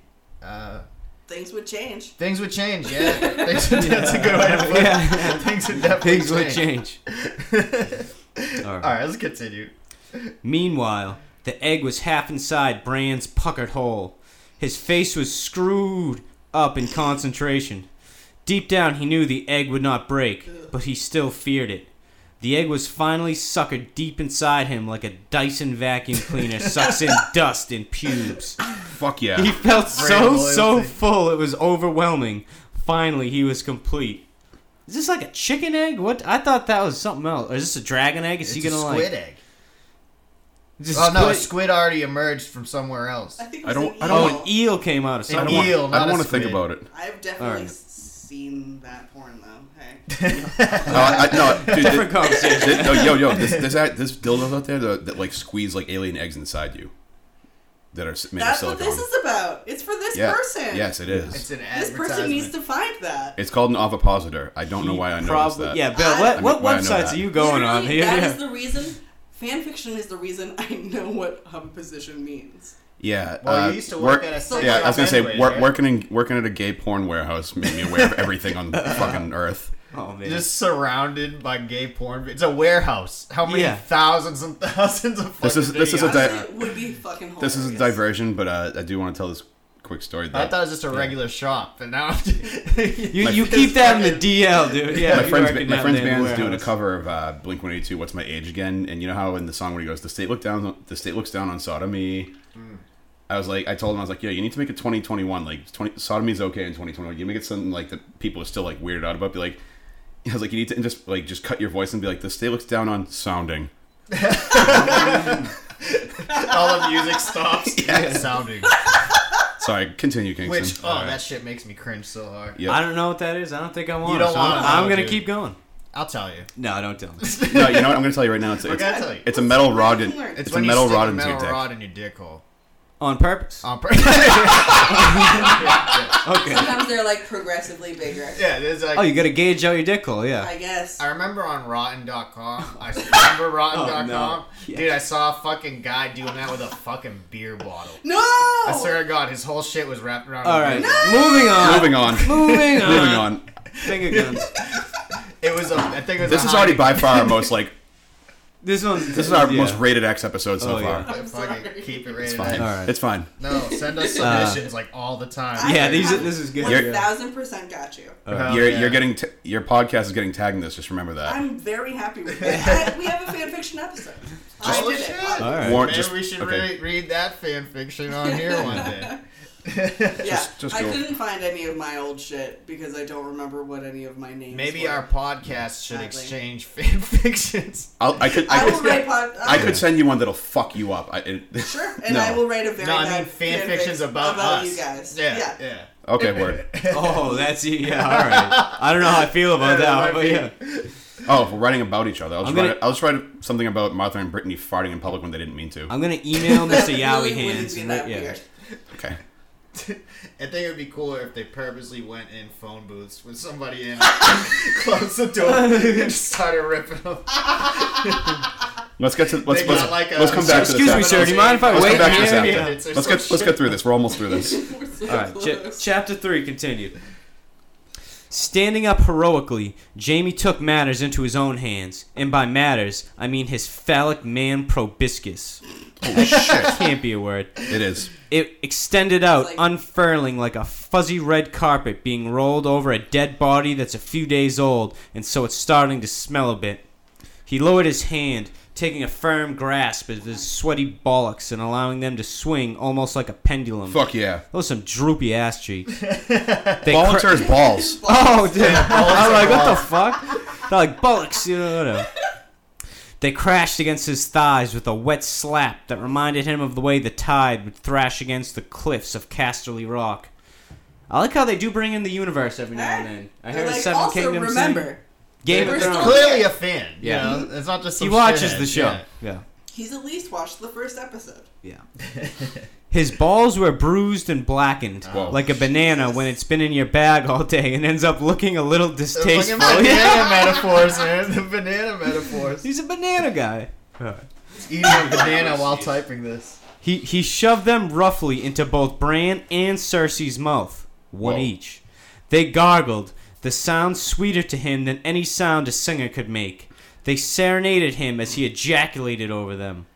[SPEAKER 2] uh,
[SPEAKER 4] Things would change.
[SPEAKER 2] things would change.
[SPEAKER 5] [laughs]
[SPEAKER 2] Yeah, things would, that's a good way to put it.
[SPEAKER 3] Yeah.
[SPEAKER 2] Things would definitely
[SPEAKER 3] Things would
[SPEAKER 2] change.
[SPEAKER 3] change. All right.
[SPEAKER 2] All right, let's continue.
[SPEAKER 3] Meanwhile, the egg was half inside Brand's puckered hole. His face was screwed up in concentration. Deep down, he knew the egg would not break, but he still feared it. The egg was finally suckered deep inside him like a Dyson vacuum cleaner sucks in
[SPEAKER 4] [laughs]
[SPEAKER 3] dust and pubes.
[SPEAKER 5] Fuck
[SPEAKER 2] [laughs]
[SPEAKER 3] He
[SPEAKER 5] yeah.
[SPEAKER 3] felt so,
[SPEAKER 2] Brand
[SPEAKER 3] so
[SPEAKER 2] loyalty.
[SPEAKER 3] full, it was overwhelming. Finally, he was complete. Is this like a chicken egg? What? I thought that was something else. Or is this a dragon egg? Is
[SPEAKER 2] It's
[SPEAKER 3] he
[SPEAKER 2] a
[SPEAKER 3] gonna
[SPEAKER 2] squid
[SPEAKER 3] like?
[SPEAKER 2] egg.
[SPEAKER 3] Just
[SPEAKER 2] Oh no, a
[SPEAKER 3] squid-
[SPEAKER 2] squid already emerged from somewhere
[SPEAKER 4] [laughs]
[SPEAKER 2] else.
[SPEAKER 4] I think
[SPEAKER 5] I
[SPEAKER 4] it's
[SPEAKER 5] don't-
[SPEAKER 4] An
[SPEAKER 5] I
[SPEAKER 3] Oh,
[SPEAKER 5] don't-
[SPEAKER 4] eel.
[SPEAKER 3] an eel came out of
[SPEAKER 2] An
[SPEAKER 5] I
[SPEAKER 3] somewhere.
[SPEAKER 5] don't, want,
[SPEAKER 2] eel,
[SPEAKER 5] I
[SPEAKER 2] not
[SPEAKER 5] don't
[SPEAKER 2] a
[SPEAKER 5] want to think
[SPEAKER 2] squid.
[SPEAKER 5] about it.
[SPEAKER 4] I've definitely
[SPEAKER 3] Alright.
[SPEAKER 4] s- seen that porn though. Hey,
[SPEAKER 3] [laughs]
[SPEAKER 5] No, I, I,
[SPEAKER 4] [laughs]
[SPEAKER 5] no dude.
[SPEAKER 3] Different
[SPEAKER 5] thi-
[SPEAKER 2] [laughs]
[SPEAKER 3] conversation.
[SPEAKER 5] thi- no, yo, yo, this, this, act- this dildos out there that, that like squeeze like alien eggs inside you that are s- made
[SPEAKER 4] that's
[SPEAKER 5] of
[SPEAKER 4] what
[SPEAKER 5] silicone.
[SPEAKER 4] this is about. It's for this
[SPEAKER 5] yeah.
[SPEAKER 4] person.
[SPEAKER 5] Yes, it
[SPEAKER 2] It's
[SPEAKER 5] is.
[SPEAKER 2] an
[SPEAKER 4] This
[SPEAKER 2] advertisement.
[SPEAKER 4] person needs to find that.
[SPEAKER 5] It's called an ovipositor. I don't know
[SPEAKER 3] He
[SPEAKER 5] why I know
[SPEAKER 3] probably-
[SPEAKER 5] that.
[SPEAKER 3] Yeah, Bill,
[SPEAKER 4] I-
[SPEAKER 3] what,
[SPEAKER 4] I
[SPEAKER 5] mean,
[SPEAKER 3] what
[SPEAKER 5] why I know
[SPEAKER 3] websites
[SPEAKER 5] that.
[SPEAKER 3] are you going on
[SPEAKER 4] Literally,
[SPEAKER 3] here?
[SPEAKER 4] that
[SPEAKER 3] Yeah.
[SPEAKER 4] is the reason. Fan fiction is the reason I know what hub position means.
[SPEAKER 5] Yeah.
[SPEAKER 2] Well,
[SPEAKER 5] uh,
[SPEAKER 2] you used to work at a sex
[SPEAKER 5] Yeah, I was
[SPEAKER 2] shop
[SPEAKER 5] gonna say
[SPEAKER 2] anyway,
[SPEAKER 5] wor-
[SPEAKER 2] right?
[SPEAKER 5] working in, working at a gay porn warehouse made me aware of everything on fucking Earth.
[SPEAKER 3] oh, man.
[SPEAKER 2] Just surrounded by gay porn. It's a warehouse. How many
[SPEAKER 3] Yeah.
[SPEAKER 2] thousands and [laughs] thousands of
[SPEAKER 5] This
[SPEAKER 2] fucking
[SPEAKER 5] is- this is a
[SPEAKER 2] videos?
[SPEAKER 5] di-
[SPEAKER 4] Honestly, it would be fucking hilarious.
[SPEAKER 5] This is a diversion, but uh, I do want to tell this quick story.
[SPEAKER 2] I
[SPEAKER 5] That
[SPEAKER 2] thought it was just a regular shop, and now [laughs]
[SPEAKER 3] you
[SPEAKER 2] you,
[SPEAKER 3] you keep that in the DL,
[SPEAKER 2] [laughs]
[SPEAKER 3] dude. Yeah,
[SPEAKER 5] my
[SPEAKER 3] you
[SPEAKER 5] friend's,
[SPEAKER 3] reckon
[SPEAKER 5] my
[SPEAKER 3] that
[SPEAKER 5] friend's
[SPEAKER 3] they in the
[SPEAKER 5] band's doing a
[SPEAKER 3] warehouse.
[SPEAKER 5] cover of uh, Blink One Eighty Two. What's my age again? And you know how in the song when he goes, "The state looked down, on- the state looks down on sodomy." I was like, I told him, I was like, yeah, you need to make it 2021. Like, 20, sodomy's okay in 2021. You make it something like that people are still like weirded out about. Be like, [laughs] I was like, you need to and just like just cut your voice and be like, the state looks down on sounding.
[SPEAKER 2] all the music
[SPEAKER 5] [laughs]
[SPEAKER 2] stops. sounding.
[SPEAKER 5] Sorry, continue, Kingston.
[SPEAKER 2] Which oh,
[SPEAKER 5] Alright.
[SPEAKER 2] that shit makes me cringe so hard.
[SPEAKER 5] Yeah.
[SPEAKER 3] I don't know what that is. I don't think I want
[SPEAKER 2] You
[SPEAKER 3] it.
[SPEAKER 2] don't
[SPEAKER 3] so
[SPEAKER 2] want it,
[SPEAKER 3] I'm, I'm going to
[SPEAKER 2] dude.
[SPEAKER 3] keep going.
[SPEAKER 2] I'll tell you.
[SPEAKER 3] No, don't tell me.
[SPEAKER 2] [laughs]
[SPEAKER 5] no, you know what? I'm gonna tell you right now. It's,
[SPEAKER 2] What
[SPEAKER 5] it's,
[SPEAKER 2] can I tell you?
[SPEAKER 5] it's a metal rod. In,
[SPEAKER 4] It's
[SPEAKER 5] it's a
[SPEAKER 2] when you
[SPEAKER 5] metal
[SPEAKER 2] stick
[SPEAKER 5] rod
[SPEAKER 2] a
[SPEAKER 5] into your
[SPEAKER 2] metal
[SPEAKER 5] dick.
[SPEAKER 2] rod in your dick Um, hole.
[SPEAKER 3] On purpose?
[SPEAKER 2] [laughs] On purpose. Oh. [laughs]
[SPEAKER 3] Okay.
[SPEAKER 4] Sometimes they're like progressively bigger.
[SPEAKER 2] yeah, there's like.
[SPEAKER 3] Oh, you got to gauge out your dick hole, yeah.
[SPEAKER 4] I guess.
[SPEAKER 2] I remember on Rotten.com. I remember Rotten.com.
[SPEAKER 3] no. Yeah.
[SPEAKER 2] Dude, I saw a fucking guy doing that with a fucking beer bottle.
[SPEAKER 4] No.
[SPEAKER 2] I swear to God, his whole shit was wrapped around. a
[SPEAKER 3] All right.
[SPEAKER 2] beer
[SPEAKER 3] Moving on. [laughs]
[SPEAKER 5] Moving on.
[SPEAKER 3] Moving on.
[SPEAKER 5] Moving on.
[SPEAKER 3] Finger guns.
[SPEAKER 2] It was a. I think it was.
[SPEAKER 5] This
[SPEAKER 2] a
[SPEAKER 5] is already
[SPEAKER 2] Heineken.
[SPEAKER 5] by far our most like.
[SPEAKER 3] This one's.
[SPEAKER 5] This is our
[SPEAKER 3] yeah.
[SPEAKER 5] most rated X episode so
[SPEAKER 3] Oh,
[SPEAKER 5] far.
[SPEAKER 3] yeah.
[SPEAKER 2] Fucking
[SPEAKER 4] sorry.
[SPEAKER 2] keep it
[SPEAKER 5] It's
[SPEAKER 2] rated.
[SPEAKER 5] fine.
[SPEAKER 2] X.
[SPEAKER 3] Alright.
[SPEAKER 5] It's fine.
[SPEAKER 2] No, send us submissions like all the time.
[SPEAKER 3] Yeah, these are- this is good.
[SPEAKER 4] One
[SPEAKER 5] You're-
[SPEAKER 4] thousand percent got you.
[SPEAKER 2] Hell
[SPEAKER 5] you're
[SPEAKER 2] Oh, yeah.
[SPEAKER 5] you're getting t- your podcast is getting tagged in this. Just remember that.
[SPEAKER 4] I'm very happy with that. I, we have a fan fiction episode. I
[SPEAKER 2] Oh,
[SPEAKER 4] did
[SPEAKER 2] shit.
[SPEAKER 3] All
[SPEAKER 4] it.
[SPEAKER 3] right.
[SPEAKER 5] Warren,
[SPEAKER 2] Maybe
[SPEAKER 5] just-
[SPEAKER 2] we should
[SPEAKER 5] okay.
[SPEAKER 2] re- read that fan fiction on here one [laughs] day.
[SPEAKER 4] Yeah,
[SPEAKER 5] Just- just
[SPEAKER 4] I
[SPEAKER 5] go.
[SPEAKER 4] couldn't find any of my old shit because I don't remember what any of my names.
[SPEAKER 2] Maybe
[SPEAKER 4] were.
[SPEAKER 2] our podcast should
[SPEAKER 4] Exactly.
[SPEAKER 2] exchange fan [laughs] fictions.
[SPEAKER 5] I'll, I could
[SPEAKER 4] I
[SPEAKER 5] I
[SPEAKER 4] will
[SPEAKER 5] could,
[SPEAKER 4] write pod.
[SPEAKER 5] I could send you one that'll fuck you up. I, it,
[SPEAKER 4] [laughs]
[SPEAKER 5] [laughs]
[SPEAKER 4] Sure, and
[SPEAKER 5] No.
[SPEAKER 4] I will write a very
[SPEAKER 2] No, I
[SPEAKER 4] bad
[SPEAKER 2] mean fan
[SPEAKER 4] fanfic
[SPEAKER 2] fictions about, us.
[SPEAKER 4] you guys.
[SPEAKER 2] Yeah,
[SPEAKER 4] yeah.
[SPEAKER 3] [laughs]
[SPEAKER 2] yeah.
[SPEAKER 5] Okay, word.
[SPEAKER 3] Oh, that's yeah. All right. I don't know how I feel about
[SPEAKER 2] Yeah,
[SPEAKER 3] that,
[SPEAKER 2] that
[SPEAKER 3] one, but
[SPEAKER 2] might
[SPEAKER 3] yeah.
[SPEAKER 5] Oh, if we're writing about each other. I'll just,
[SPEAKER 3] I'm gonna-
[SPEAKER 5] write, I'll just write something about Martha and Brittany farting in public when they didn't mean to.
[SPEAKER 3] I'm gonna email
[SPEAKER 4] That [laughs]
[SPEAKER 3] Mr.
[SPEAKER 4] really
[SPEAKER 3] Yowie
[SPEAKER 4] wouldn't
[SPEAKER 3] Hands.
[SPEAKER 4] be
[SPEAKER 3] and
[SPEAKER 4] that
[SPEAKER 3] re- yeah.
[SPEAKER 4] weird.
[SPEAKER 5] okay.
[SPEAKER 2] I think it would be cooler if they purposely went in phone booths with somebody in, [laughs] closed the
[SPEAKER 3] [laughs]
[SPEAKER 2] door, and just started ripping them.
[SPEAKER 5] Let's get to let's
[SPEAKER 2] They
[SPEAKER 5] let's,
[SPEAKER 2] got like a-
[SPEAKER 5] let's come back to this.
[SPEAKER 3] Excuse me, sir. Do you mind if I
[SPEAKER 5] Let's
[SPEAKER 3] wait
[SPEAKER 5] come back to this
[SPEAKER 3] here?
[SPEAKER 5] after.
[SPEAKER 3] Yeah.
[SPEAKER 2] It's
[SPEAKER 5] Let's
[SPEAKER 2] so
[SPEAKER 5] get let's get through this. We're almost through
[SPEAKER 2] [laughs]
[SPEAKER 5] this.
[SPEAKER 4] We're so
[SPEAKER 3] All right,
[SPEAKER 4] [laughs]
[SPEAKER 3] cha-
[SPEAKER 4] close.
[SPEAKER 3] chapter three continued. Standing up heroically, Jamie took matters into his own hands, and by matters, I mean his phallic man proboscis.
[SPEAKER 5] Holy shit!
[SPEAKER 3] Can't be a word.
[SPEAKER 5] It is.
[SPEAKER 3] It extended out,
[SPEAKER 4] It's like-
[SPEAKER 3] unfurling like a fuzzy red carpet being rolled over a dead body that's a few days old, and so it's starting to smell a bit. He lowered his hand, taking a firm grasp of his sweaty bollocks and allowing them to swing almost like a pendulum.
[SPEAKER 5] Fuck yeah.
[SPEAKER 3] Those some droopy ass
[SPEAKER 5] [laughs]
[SPEAKER 3] cheeks. They cr-
[SPEAKER 5] Volunteers balls.
[SPEAKER 3] Oh, dude. I was
[SPEAKER 2] are
[SPEAKER 3] like, what the fuck? They're like, bullocks, you know, whatever. They crashed against his thighs with a wet slap that reminded him of the way the tide would thrash against the cliffs of Casterly Rock. I like how they do bring in the universe every now and then. I heard a Seven
[SPEAKER 4] also
[SPEAKER 3] Kingdoms thing.
[SPEAKER 4] remember,
[SPEAKER 3] Game
[SPEAKER 4] We're
[SPEAKER 3] of
[SPEAKER 4] still-
[SPEAKER 3] Thrones.
[SPEAKER 2] Clearly a fan.
[SPEAKER 3] Yeah.
[SPEAKER 2] Yeah, you know? it's not just some
[SPEAKER 3] He watches
[SPEAKER 2] shithead,
[SPEAKER 3] the show.
[SPEAKER 2] yeah.
[SPEAKER 3] yeah.
[SPEAKER 4] he's at least watched the first episode.
[SPEAKER 3] Yeah. His balls were bruised and blackened
[SPEAKER 5] Whoa.
[SPEAKER 3] like a banana when it's been in your bag all day and ends up looking a little
[SPEAKER 2] The fucking
[SPEAKER 3] distasteful. [laughs]
[SPEAKER 2] banana metaphors, man. The banana metaphors.
[SPEAKER 3] He's a banana guy.
[SPEAKER 2] Eating a [laughs] banana while typing this.
[SPEAKER 3] He he shoved them roughly into both Bran and Cersei's mouth, one
[SPEAKER 5] Whoa.
[SPEAKER 3] each. They gargled, the sound sweeter to him than any sound a singer could make. They serenaded him as he ejaculated over them.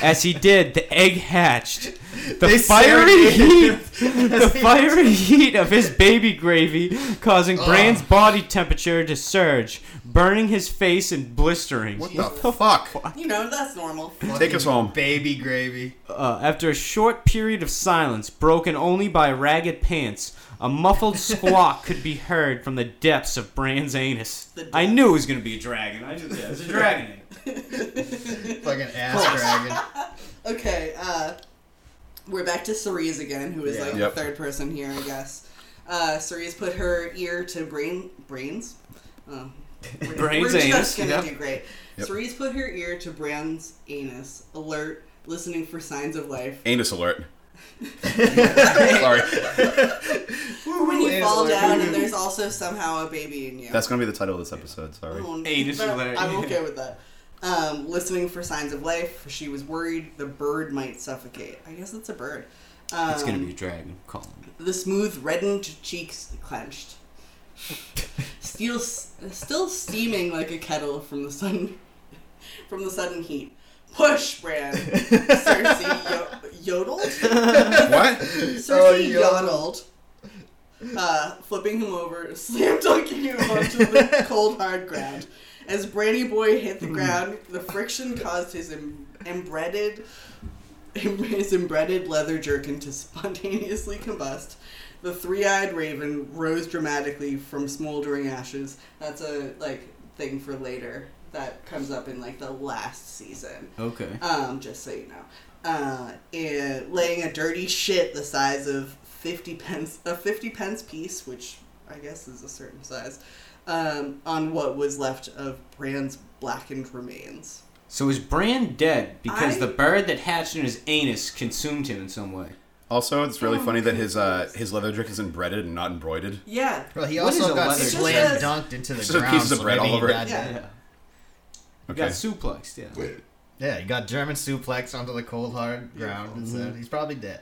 [SPEAKER 3] As he did, the egg hatched. The
[SPEAKER 2] They
[SPEAKER 3] fiery heat,
[SPEAKER 2] serenaded
[SPEAKER 3] [laughs] the fiery heat of his baby gravy, causing Bran's body temperature to surge, burning his face and blistering.
[SPEAKER 5] What the fuck?
[SPEAKER 4] You know, that's
[SPEAKER 3] [laughs]
[SPEAKER 4] normal.
[SPEAKER 5] Take us home.
[SPEAKER 2] Baby gravy.
[SPEAKER 3] Uh, after a short period of silence, broken only by ragged pants, a
[SPEAKER 4] [laughs]
[SPEAKER 3] muffled squawk could be heard from the depths of Bran's anus.
[SPEAKER 4] The
[SPEAKER 3] I knew it was going to be a dragon. I just, yeah, it's a dragon.
[SPEAKER 4] [laughs]
[SPEAKER 3] egg.
[SPEAKER 2] Fucking ass dragon.
[SPEAKER 4] Okay, uh, we're back to Cerise again, who is
[SPEAKER 2] Yeah.
[SPEAKER 4] like
[SPEAKER 5] Yep.
[SPEAKER 4] the third person here, I guess. Uh, Cerise put her ear to brain brains.
[SPEAKER 3] [laughs]
[SPEAKER 4] Oh, we're,
[SPEAKER 3] Brain's
[SPEAKER 4] we're
[SPEAKER 3] anus,
[SPEAKER 4] just gonna
[SPEAKER 3] yeah.
[SPEAKER 4] do great.
[SPEAKER 5] Yep.
[SPEAKER 4] Cerise put her ear to Bran's anus, alert, listening for signs of life.
[SPEAKER 5] Anus
[SPEAKER 4] [laughs]
[SPEAKER 5] alert. Sorry.
[SPEAKER 4] when you
[SPEAKER 2] anus
[SPEAKER 4] fall
[SPEAKER 2] alert.
[SPEAKER 4] down and there's also somehow a baby in you.
[SPEAKER 5] That's gonna be the title of this episode.
[SPEAKER 4] [laughs]
[SPEAKER 5] Sorry.
[SPEAKER 4] Oh,
[SPEAKER 3] Anus
[SPEAKER 4] but
[SPEAKER 3] alert.
[SPEAKER 4] I'm
[SPEAKER 3] [laughs]
[SPEAKER 4] okay with that. Um, listening for signs of life, for she was worried the bird might suffocate. I guess it's a bird. Um,
[SPEAKER 3] It's going to be a dragon. Call him.
[SPEAKER 4] the smooth reddened cheeks clenched. Still, still steaming like a kettle from the sun, from the sudden heat. Push, Bran. Cersei yo- yodeled.
[SPEAKER 5] What?
[SPEAKER 4] Cersei
[SPEAKER 2] Oh,
[SPEAKER 4] yodeled. Uh, flipping him over, [laughs] slam dunking him onto the cold hard ground. As Brandy Boy hit the ground, the friction caused his em- embedded his embedded leather jerkin to spontaneously combust. The three-eyed raven rose dramatically from smoldering ashes. That's a like thing for later that comes up in like the last season.
[SPEAKER 3] Okay.
[SPEAKER 4] Um, just so you know. Uh, and laying a dirty shit the size of fifty pence a fifty pence piece, which I guess is a certain size, um, on what was left of Bran's blackened remains.
[SPEAKER 3] So is Bran dead because
[SPEAKER 4] I-
[SPEAKER 3] the bird that hatched in his anus consumed him in some way?
[SPEAKER 5] Also, it's
[SPEAKER 4] Oh
[SPEAKER 5] really funny that his uh, his leather drink is embroidered and not embroidered.
[SPEAKER 4] Yeah.
[SPEAKER 2] Well, he
[SPEAKER 3] What is
[SPEAKER 2] also
[SPEAKER 3] a
[SPEAKER 2] got
[SPEAKER 3] leather
[SPEAKER 2] slam
[SPEAKER 4] jacket?
[SPEAKER 2] dunked into the
[SPEAKER 5] Just a
[SPEAKER 2] ground.
[SPEAKER 5] piece of
[SPEAKER 2] so
[SPEAKER 5] bread
[SPEAKER 2] maybe
[SPEAKER 5] all
[SPEAKER 2] he
[SPEAKER 5] over it.
[SPEAKER 2] got
[SPEAKER 4] Yeah.
[SPEAKER 2] that.
[SPEAKER 3] He
[SPEAKER 5] Okay.
[SPEAKER 3] Got suplexed, yeah.
[SPEAKER 2] Yeah, he got German suplex onto the cold hard ground and said he's probably dead.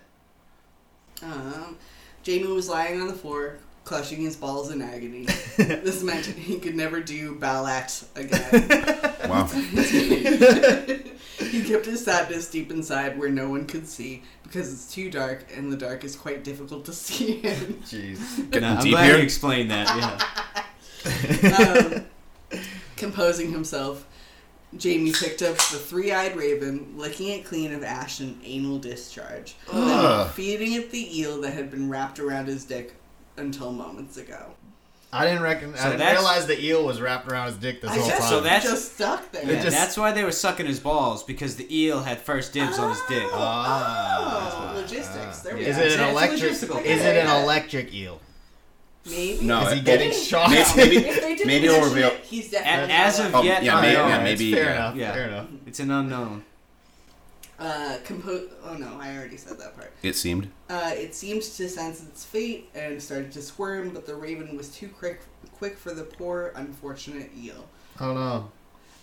[SPEAKER 4] Um, Jamie was lying on the floor, clutching his balls in agony. this meant he could never do Ballact again. [laughs]
[SPEAKER 5] Wow.
[SPEAKER 4] he kept his sadness deep inside where no one could see because it's too dark and the dark is quite difficult to [laughs] see in.
[SPEAKER 2] Jeez.
[SPEAKER 5] Getting
[SPEAKER 3] Nah, I'm
[SPEAKER 5] deep
[SPEAKER 3] glad you
[SPEAKER 5] here.
[SPEAKER 3] explained that,
[SPEAKER 4] [laughs]
[SPEAKER 3] yeah.
[SPEAKER 4] Um, composing himself, Jamie picked up the three eyed raven, licking it clean of ash and anal discharge, then
[SPEAKER 5] Ugh.
[SPEAKER 4] feeding it the eel that had been wrapped around his dick until moments ago.
[SPEAKER 2] [laughs] I didn't reckon. I didn't
[SPEAKER 3] that's-
[SPEAKER 2] realize the eel was wrapped around his dick this
[SPEAKER 4] I
[SPEAKER 2] whole
[SPEAKER 4] guess
[SPEAKER 2] time.
[SPEAKER 3] So that- that's-
[SPEAKER 4] just stuck there.
[SPEAKER 3] Yeah,
[SPEAKER 2] just-
[SPEAKER 3] That's why they were sucking his balls because the eel had first dibs on his dick.
[SPEAKER 4] Ah. Oh, logistics. There we
[SPEAKER 2] Ah. is
[SPEAKER 4] go.
[SPEAKER 2] it an
[SPEAKER 3] That's
[SPEAKER 2] electric? Is
[SPEAKER 3] logistical.
[SPEAKER 2] it an
[SPEAKER 4] Yeah.
[SPEAKER 2] electric eel?
[SPEAKER 4] Maybe.
[SPEAKER 5] No,
[SPEAKER 2] Is he
[SPEAKER 5] Oh, it-
[SPEAKER 2] getting
[SPEAKER 5] it-
[SPEAKER 2] shocked? [laughs]
[SPEAKER 5] Maybe- maybe-
[SPEAKER 4] If they didn't
[SPEAKER 5] Maybe it'll
[SPEAKER 4] mention
[SPEAKER 5] reveal-
[SPEAKER 4] it, he's definitely
[SPEAKER 3] A- as
[SPEAKER 4] not
[SPEAKER 3] of
[SPEAKER 4] alive.
[SPEAKER 5] Oh,
[SPEAKER 3] yet,
[SPEAKER 5] yeah, may-
[SPEAKER 3] unknown.
[SPEAKER 5] yeah, maybe.
[SPEAKER 2] fair
[SPEAKER 5] yeah.
[SPEAKER 2] enough.
[SPEAKER 3] Yeah.
[SPEAKER 2] Fair enough.
[SPEAKER 3] It's an unknown.
[SPEAKER 4] uh, compo- oh no, I already said that part.
[SPEAKER 5] It seemed.
[SPEAKER 4] Uh, it seemed to sense its fate and started to squirm, but the raven was too quick, quick for the poor, unfortunate eel.
[SPEAKER 2] Oh no.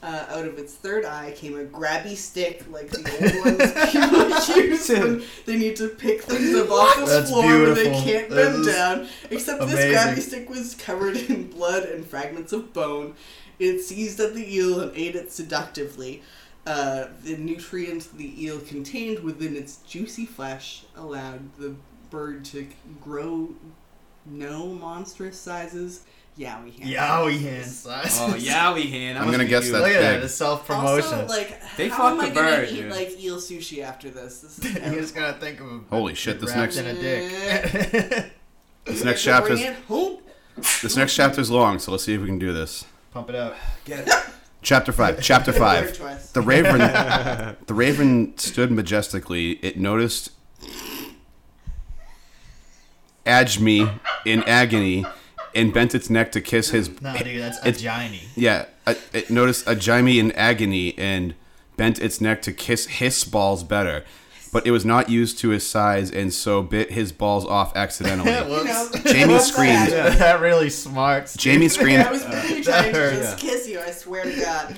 [SPEAKER 4] Uh, out of its third eye came a grabby stick, like the old ones
[SPEAKER 2] [laughs]
[SPEAKER 4] [laughs] people use when they need to pick things up off the
[SPEAKER 2] That's
[SPEAKER 4] floor where they
[SPEAKER 2] beautiful.
[SPEAKER 4] can't
[SPEAKER 2] That
[SPEAKER 4] bend
[SPEAKER 2] is
[SPEAKER 4] down. Except this grabby
[SPEAKER 2] amazing.
[SPEAKER 4] stick was covered in blood and fragments of bone. It seized at the eel and ate it seductively. Uh, the nutrient the eel contained within its juicy flesh allowed the bird to grow no monstrous sizes. Yowie hands.
[SPEAKER 2] Yowie hand [laughs] size.
[SPEAKER 5] [laughs]
[SPEAKER 3] Oh, yowie hand.
[SPEAKER 5] I'm gonna
[SPEAKER 3] must be
[SPEAKER 5] guess
[SPEAKER 3] you.
[SPEAKER 5] that's
[SPEAKER 2] Look at that.
[SPEAKER 5] big.
[SPEAKER 2] It's self promotion.
[SPEAKER 4] Also,
[SPEAKER 2] [laughs]
[SPEAKER 4] like,
[SPEAKER 3] They
[SPEAKER 4] how
[SPEAKER 3] fucked
[SPEAKER 4] am
[SPEAKER 3] the
[SPEAKER 4] I gonna
[SPEAKER 3] bird,
[SPEAKER 4] eat
[SPEAKER 3] dude.
[SPEAKER 4] like eel sushi after this?
[SPEAKER 5] [laughs]
[SPEAKER 4] This is
[SPEAKER 2] You're
[SPEAKER 4] terrible.
[SPEAKER 2] just gonna think of a
[SPEAKER 5] Holy shit, this
[SPEAKER 2] wrapped
[SPEAKER 5] next-
[SPEAKER 2] in a [laughs] dick.
[SPEAKER 5] This next
[SPEAKER 4] Bring
[SPEAKER 5] chapter is
[SPEAKER 4] it home.
[SPEAKER 5] this next chapter is long, so let's see if we can do this.
[SPEAKER 2] Pump it up.
[SPEAKER 5] Chapter five. Chapter
[SPEAKER 4] Bird
[SPEAKER 5] five.
[SPEAKER 4] twice.
[SPEAKER 5] The
[SPEAKER 4] [laughs]
[SPEAKER 5] raven. the raven stood majestically. It noticed. Ajmi in agony and bent its neck to kiss his.
[SPEAKER 2] No, dude, that's a Johnny.
[SPEAKER 5] Yeah, I, I noticed Ajmi in agony and bent its neck to kiss his balls better, but it was not used to his size and so bit his balls
[SPEAKER 2] [laughs]
[SPEAKER 5] off accidentally. Jamie screamed.
[SPEAKER 2] that really smarts. [laughs]
[SPEAKER 5] Jamie screamed.
[SPEAKER 4] I was really trying to
[SPEAKER 2] hurt.
[SPEAKER 4] just kiss you. I swear to God.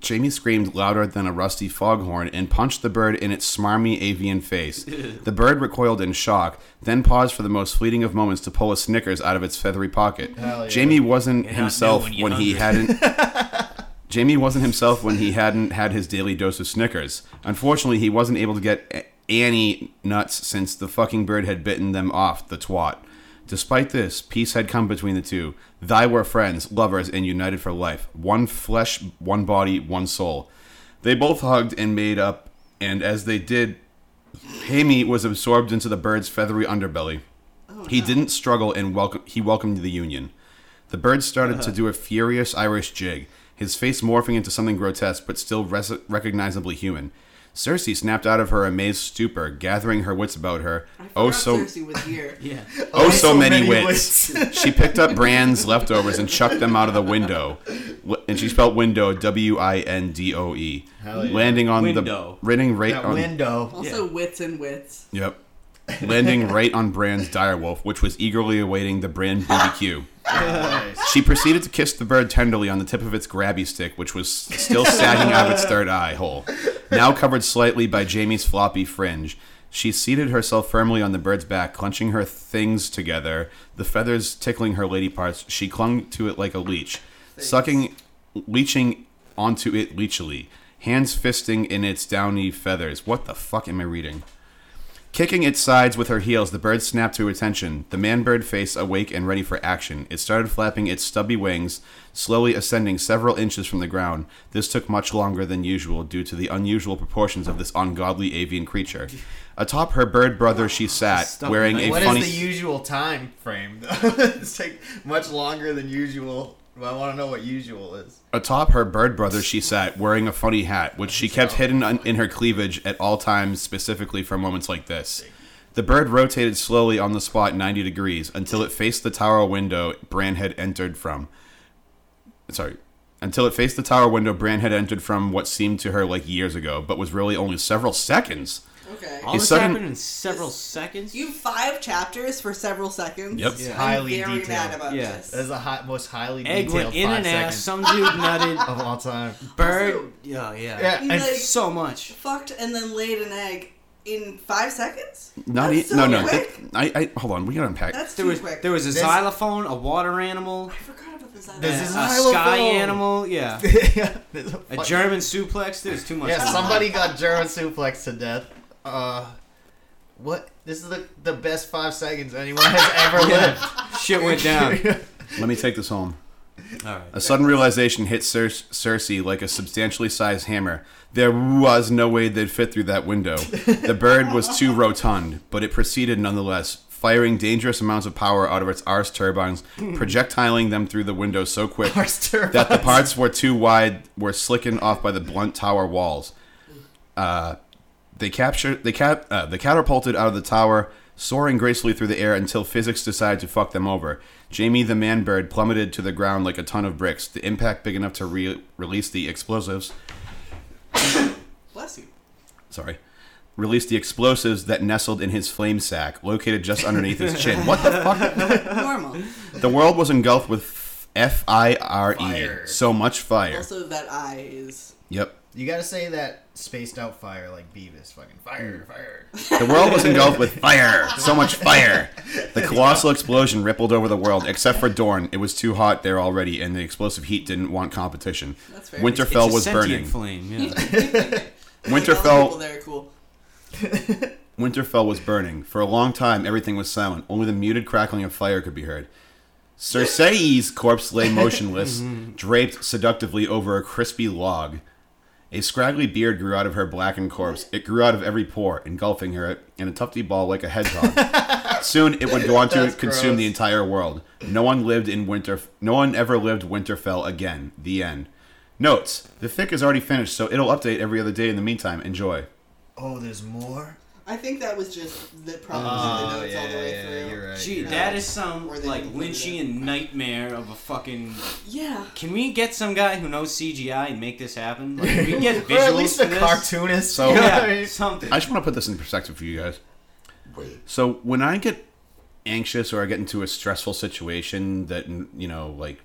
[SPEAKER 5] Jamie screamed louder than a rusty foghorn and punched the bird in its smarmy
[SPEAKER 2] [laughs]
[SPEAKER 5] avian face. the bird recoiled in shock, then paused for the most fleeting of moments to pull a Snickers out of its feathery pocket.
[SPEAKER 2] Hell yeah.
[SPEAKER 5] Jamie wasn't
[SPEAKER 1] not
[SPEAKER 5] himself
[SPEAKER 1] know when
[SPEAKER 5] when,
[SPEAKER 1] you're
[SPEAKER 5] he hadn't. Jamie wasn't himself when he hadn't had his daily dose of Snickers. Unfortunately, he wasn't able to get A- Annie nuts since the fucking bird had bitten them off, the twat. Despite this, peace had come between the two. They were friends, lovers, and united for life. One flesh, one body, one soul. They both hugged and made up, and as they did, Hamey was absorbed into the bird's feathery underbelly. he didn't struggle and welcome, he welcomed the union. The bird started to do a furious Irish jig, his face morphing into something grotesque but still res- recognizably human. Cersei snapped out of her amazed stupor, gathering her wits about her. Oh so,
[SPEAKER 4] Cersei was here.
[SPEAKER 5] [laughs]
[SPEAKER 3] Yeah.
[SPEAKER 5] oh so
[SPEAKER 2] so
[SPEAKER 5] many
[SPEAKER 2] many
[SPEAKER 5] wits. she picked up Bran's leftovers and chucked them out of the window. Wi- And she spelled window W I N D O E,
[SPEAKER 2] Hell yeah.
[SPEAKER 5] landing on
[SPEAKER 3] Window.
[SPEAKER 5] the riding right
[SPEAKER 2] That
[SPEAKER 5] on
[SPEAKER 2] window.
[SPEAKER 4] Also, wits and wits.
[SPEAKER 5] Yep. Landing right on Bran's direwolf, which was eagerly awaiting the Bran BBQ.
[SPEAKER 2] Nice.
[SPEAKER 5] She proceeded to kiss the bird tenderly on the tip of its grabby stick, which was still sagging out of its third eye hole, now covered slightly by Jamie's floppy fringe. She seated herself firmly on the bird's back, clenching her things together, the feathers tickling her lady parts. She clung to it like a leech, sucking, leeching onto it leechily, hands fisting in its downy feathers. What the fuck am I reading? Kicking its sides with her heels, the bird snapped to attention, the man bird face awake and ready for action. It started flapping its stubby wings, slowly ascending several inches from the ground. This took much longer than usual due to the unusual proportions of this ungodly avian creature. Atop her bird brother, she sat,
[SPEAKER 3] Stubby
[SPEAKER 5] wearing a
[SPEAKER 3] wing.
[SPEAKER 2] What is
[SPEAKER 5] funny.
[SPEAKER 2] the usual time frame? though? [laughs] it's like much longer than usual. I want to know what usual is.
[SPEAKER 5] Atop her bird brother, she sat, wearing a funny hat, which she kept hidden un- in her cleavage at all times, specifically for moments like this. The bird rotated slowly on the spot 90 degrees until it faced the tower window Bran had entered from. Sorry. Until it faced the tower window Bran had entered from what seemed to her like years ago, but was really only several seconds.
[SPEAKER 4] Okay.
[SPEAKER 3] All
[SPEAKER 5] It's
[SPEAKER 3] this
[SPEAKER 5] sudden-
[SPEAKER 3] happened in several seconds.
[SPEAKER 4] You have five chapters for several seconds.
[SPEAKER 5] Yep.
[SPEAKER 2] It's
[SPEAKER 3] Yeah.
[SPEAKER 2] highly
[SPEAKER 4] I'm very
[SPEAKER 2] detailed.
[SPEAKER 4] mad about
[SPEAKER 3] Yeah.
[SPEAKER 4] this.
[SPEAKER 2] That is the hi- most highly
[SPEAKER 3] Egg
[SPEAKER 2] detailed
[SPEAKER 3] went in
[SPEAKER 2] five
[SPEAKER 3] an ass.
[SPEAKER 2] seconds [laughs]
[SPEAKER 3] Some dude nutted.
[SPEAKER 2] of all
[SPEAKER 3] [laughs]
[SPEAKER 2] time.
[SPEAKER 3] Bird. Yeah, yeah.
[SPEAKER 2] Yeah,
[SPEAKER 4] He's
[SPEAKER 2] and [laughs]
[SPEAKER 4] like-
[SPEAKER 3] So much.
[SPEAKER 4] Fucked and then laid an egg in five seconds.
[SPEAKER 5] Not e-
[SPEAKER 4] That's so
[SPEAKER 5] no, no.
[SPEAKER 4] quick.
[SPEAKER 5] that- I, I hold on. We gotta unpack.
[SPEAKER 4] That's
[SPEAKER 3] There
[SPEAKER 4] too
[SPEAKER 3] was
[SPEAKER 4] quick.
[SPEAKER 3] there was a
[SPEAKER 2] This-
[SPEAKER 3] xylophone, a water animal,
[SPEAKER 4] I forgot about this.
[SPEAKER 2] This
[SPEAKER 3] a
[SPEAKER 2] is
[SPEAKER 3] sky
[SPEAKER 2] xylophone.
[SPEAKER 3] animal. Yeah.
[SPEAKER 2] There's
[SPEAKER 3] A
[SPEAKER 2] fuck-
[SPEAKER 3] German suplex. There's too much.
[SPEAKER 2] Yeah,
[SPEAKER 3] going on.
[SPEAKER 2] somebody got German suplex to death. Uh, what? This is the the best five seconds anyone has
[SPEAKER 5] [laughs]
[SPEAKER 2] ever lived.
[SPEAKER 3] [laughs] Shit
[SPEAKER 2] [laughs]
[SPEAKER 3] went down.
[SPEAKER 5] Let me take this home.
[SPEAKER 3] All right.
[SPEAKER 5] A sudden realization hit Cer- Cersei like a substantially sized hammer. There was no way they'd fit through that window. The bird was too rotund, but it proceeded nonetheless, firing dangerous amounts of power out of its arse turbines, projectiling them through the window
[SPEAKER 2] [laughs]
[SPEAKER 5] so quick
[SPEAKER 2] Our stir-
[SPEAKER 5] that the parts were too wide were slickened off by the blunt tower walls. Uh, they captured they cap uh, they catapulted out of the tower, soaring gracefully through the air until physics decided to fuck them over. Jamie the man bird plummeted to the ground like a ton of bricks. The impact big enough to re- release the explosives.
[SPEAKER 4] Bless you.
[SPEAKER 5] Sorry. Released the explosives that nestled in his flame sack, located just underneath his chin. What the fuck?
[SPEAKER 4] Normal.
[SPEAKER 5] [laughs] The world was engulfed with F I R E.
[SPEAKER 2] Fire.
[SPEAKER 5] So much fire.
[SPEAKER 4] also, that eye is.
[SPEAKER 5] Yep.
[SPEAKER 2] You gotta say that spaced out fire like Beavis. Fucking
[SPEAKER 4] Mm.
[SPEAKER 2] fire, fire.
[SPEAKER 5] The world was engulfed with fire. So
[SPEAKER 3] [laughs]
[SPEAKER 5] much fire. The colossal explosion rippled over the world, except for Dorne. It was too hot there already, and the explosive heat didn't want competition.
[SPEAKER 4] That's fair.
[SPEAKER 5] Winterfell
[SPEAKER 3] It's a
[SPEAKER 5] was
[SPEAKER 3] sentient
[SPEAKER 5] burning.
[SPEAKER 3] Flame. Yeah.
[SPEAKER 4] All the people
[SPEAKER 5] Winterfell
[SPEAKER 4] there are cool.
[SPEAKER 5] Winterfell was burning. For a long time, everything was silent. Only the muted crackling of fire could be heard. Cersei's
[SPEAKER 2] [laughs]
[SPEAKER 5] corpse lay motionless, draped seductively over a crispy log. A scraggly beard grew out of her blackened corpse. It grew out of every pore, engulfing her in a tufty ball like a
[SPEAKER 2] [laughs]
[SPEAKER 5] hedgehog. Soon it would go on to
[SPEAKER 2] That's
[SPEAKER 5] consume
[SPEAKER 2] gross.
[SPEAKER 5] the entire world. No one lived in Winter. No one ever lived Winterfell again. The end. Notes: The fic is already finished, so it'll update every other day. In the meantime, enjoy.
[SPEAKER 2] Oh, there's more.
[SPEAKER 4] I I think that was just the problem.
[SPEAKER 2] Oh,
[SPEAKER 4] the notes
[SPEAKER 2] yeah,
[SPEAKER 4] all the way
[SPEAKER 2] yeah,
[SPEAKER 4] through.
[SPEAKER 2] you're right.
[SPEAKER 3] Gee,
[SPEAKER 2] you're
[SPEAKER 3] that
[SPEAKER 2] right.
[SPEAKER 3] is some
[SPEAKER 4] Or they
[SPEAKER 3] like
[SPEAKER 4] didn't include it.
[SPEAKER 3] Lynchian nightmare of a fucking.
[SPEAKER 2] [laughs]
[SPEAKER 4] Yeah. Oh,
[SPEAKER 3] Can we get some guy who knows CGI and make this happen? Like, can we
[SPEAKER 2] [laughs]
[SPEAKER 3] get
[SPEAKER 2] or
[SPEAKER 3] visuals
[SPEAKER 2] at least
[SPEAKER 3] for
[SPEAKER 2] a
[SPEAKER 3] this?
[SPEAKER 2] cartoonist.
[SPEAKER 5] So-
[SPEAKER 2] you know what I [laughs]
[SPEAKER 3] Yeah,
[SPEAKER 2] mean?
[SPEAKER 3] something.
[SPEAKER 5] I just want to put this in perspective for you guys. So when I get anxious or I get into a stressful situation that you know, like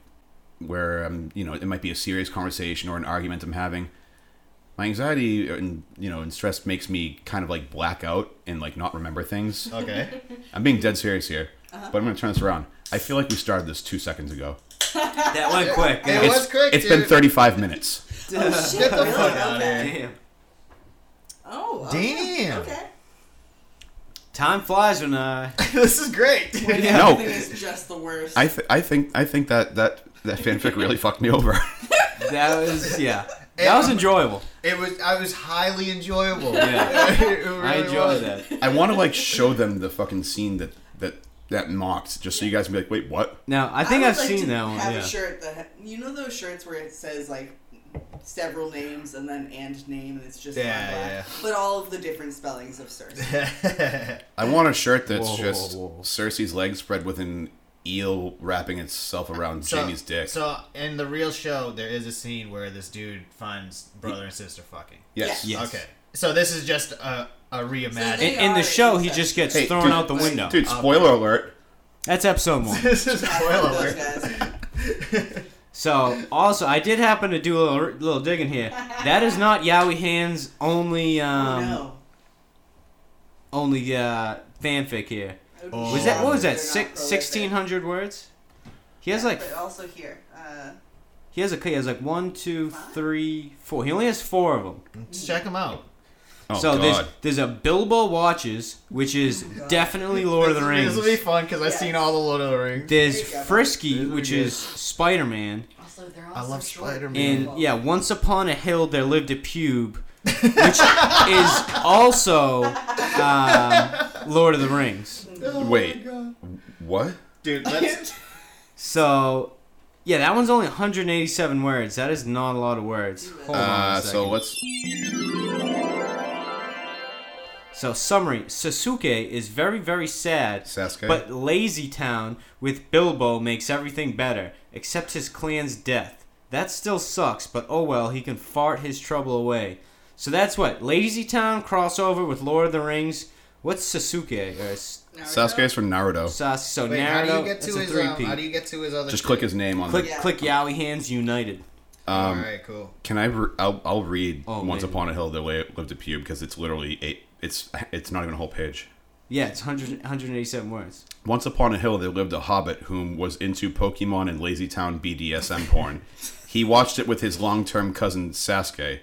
[SPEAKER 5] where I'm, you know, it might be a serious conversation or an argument I'm having, my anxiety and you know and stress makes me kind of like black out and like not remember things.
[SPEAKER 3] [laughs]
[SPEAKER 2] Okay. [laughs]
[SPEAKER 5] I'm being dead serious here, but I'm gonna turn this around. I feel like we started this two seconds ago.
[SPEAKER 3] that went quick.
[SPEAKER 2] It
[SPEAKER 5] It's-
[SPEAKER 2] was quick,
[SPEAKER 5] It's been
[SPEAKER 2] dude.
[SPEAKER 5] 35 minutes.
[SPEAKER 2] Get the fuck
[SPEAKER 4] Okay.
[SPEAKER 2] out of here.
[SPEAKER 3] Damn.
[SPEAKER 4] Oh. okay.
[SPEAKER 2] Damn.
[SPEAKER 4] Okay.
[SPEAKER 3] Time flies when uh.
[SPEAKER 2] this is
[SPEAKER 3] [laughs]
[SPEAKER 2] great.
[SPEAKER 5] No.
[SPEAKER 4] Everything is just the worst.
[SPEAKER 5] I, th- I think I think that that that fanfic really fucked me over. [laughs]
[SPEAKER 3] That was yeah. That was enjoyable.
[SPEAKER 2] It was. I was highly enjoyable.
[SPEAKER 3] Yeah.
[SPEAKER 2] [laughs] It
[SPEAKER 3] I
[SPEAKER 2] really was.
[SPEAKER 3] enjoyed that.
[SPEAKER 5] I want to like show them the fucking scene that that that mocked, just so you guys can be like, wait, what?
[SPEAKER 3] Now I think
[SPEAKER 4] would
[SPEAKER 3] I've
[SPEAKER 4] like
[SPEAKER 3] seen
[SPEAKER 4] to
[SPEAKER 3] that one.
[SPEAKER 4] Have
[SPEAKER 3] Yeah.
[SPEAKER 4] a shirt that ha- you know those shirts where it says like several names and then and name and it's just
[SPEAKER 2] Yeah,
[SPEAKER 4] on black,
[SPEAKER 2] yeah.
[SPEAKER 4] but all of the different spellings of Cersei.
[SPEAKER 5] I want a shirt that's
[SPEAKER 3] Whoa, whoa,
[SPEAKER 5] just
[SPEAKER 3] whoa.
[SPEAKER 5] Cersei's legs spread with an eel wrapping itself
[SPEAKER 2] [laughs]
[SPEAKER 5] around
[SPEAKER 2] So-
[SPEAKER 5] Jamie's dick.
[SPEAKER 2] So in the real show, there is a scene where this dude finds brother and sister fucking.
[SPEAKER 5] yes.
[SPEAKER 3] Yeah. Yes.
[SPEAKER 2] Okay. So this is just a, a reimagining.
[SPEAKER 4] they-
[SPEAKER 3] In, in the show, he just gets
[SPEAKER 5] Hey,
[SPEAKER 3] thrown
[SPEAKER 5] dude-
[SPEAKER 3] out the window. Um,
[SPEAKER 5] Dude, spoiler alert.
[SPEAKER 3] That's episode
[SPEAKER 2] [laughs]
[SPEAKER 3] one.
[SPEAKER 2] this is
[SPEAKER 3] [laughs]
[SPEAKER 2] spoiler
[SPEAKER 4] Those
[SPEAKER 2] alert.
[SPEAKER 4] guys.
[SPEAKER 2] [laughs]
[SPEAKER 3] So, also, I did happen to do a little, little digging here. That is not Yowie Hand's only [laughs] um,
[SPEAKER 4] Oh, no.
[SPEAKER 3] only uh, fanfic here.
[SPEAKER 2] Oh.
[SPEAKER 3] Was that what was that?
[SPEAKER 4] They're not
[SPEAKER 3] Six,
[SPEAKER 4] prolific.
[SPEAKER 3] 1600 words. He has like
[SPEAKER 4] But also here, uh,
[SPEAKER 3] he has a he has like one, two, three, four. He only has four of them.
[SPEAKER 2] Just check him out.
[SPEAKER 5] Oh
[SPEAKER 3] so there's
[SPEAKER 5] god.
[SPEAKER 3] there's a Bilbo watches, which is definitely Lord of the Rings.
[SPEAKER 2] Oh, This will be fun because I've
[SPEAKER 4] Yeah.
[SPEAKER 2] seen all the Lord of the Rings.
[SPEAKER 3] There's
[SPEAKER 4] There you go.
[SPEAKER 3] Frisky,
[SPEAKER 2] Those are
[SPEAKER 3] which
[SPEAKER 2] good.
[SPEAKER 3] is Spider Man,
[SPEAKER 6] Also, they're
[SPEAKER 2] I
[SPEAKER 6] also
[SPEAKER 2] love
[SPEAKER 6] short.
[SPEAKER 2] Spider Man.
[SPEAKER 3] and yeah, once upon a hill there lived a pube, which is also um, Lord of the Rings.
[SPEAKER 5] Wait. What?
[SPEAKER 2] Dude,
[SPEAKER 3] [laughs]
[SPEAKER 2] let's.
[SPEAKER 3] So, yeah, that one's only 187 words. That is not a lot of words. Hold on.
[SPEAKER 5] Uh,
[SPEAKER 3] A
[SPEAKER 5] so
[SPEAKER 3] so,
[SPEAKER 5] let's.
[SPEAKER 3] so, summary Sasuke is very, very sad.
[SPEAKER 5] Sasuke?
[SPEAKER 3] But Lazy Town with Bilbo makes everything better, except his clan's death. That still sucks, but oh well, he can fart his trouble away. So that's what? Lazy Town crossover with Lord of the Rings. What's Sasuke? Or S-
[SPEAKER 4] Naruto?
[SPEAKER 5] Sasuke is from Naruto.
[SPEAKER 3] Sas- so
[SPEAKER 2] Wait, how
[SPEAKER 3] Naruto,
[SPEAKER 2] do you get
[SPEAKER 3] that's
[SPEAKER 2] to
[SPEAKER 3] a
[SPEAKER 2] his?
[SPEAKER 3] three
[SPEAKER 2] Um, how do you get to his other?
[SPEAKER 5] Just
[SPEAKER 2] shit?
[SPEAKER 5] click his name on
[SPEAKER 3] click,
[SPEAKER 5] the.
[SPEAKER 4] Yeah.
[SPEAKER 3] click Yowie Hands United.
[SPEAKER 2] All
[SPEAKER 5] Um,
[SPEAKER 2] right, cool.
[SPEAKER 5] Can I? Re- I'll, I'll read
[SPEAKER 3] Oh,
[SPEAKER 5] Once
[SPEAKER 3] maybe.
[SPEAKER 5] Upon a Hill, the way it lived a pube, because it's literally eight. It's it's not even a whole page.
[SPEAKER 3] Yeah, it's 100, 187 words. [laughs]
[SPEAKER 5] Once upon a hill, there lived a hobbit whom was into Pokemon and Lazy Town BDSM porn. he watched it with his long-term cousin Sasuke.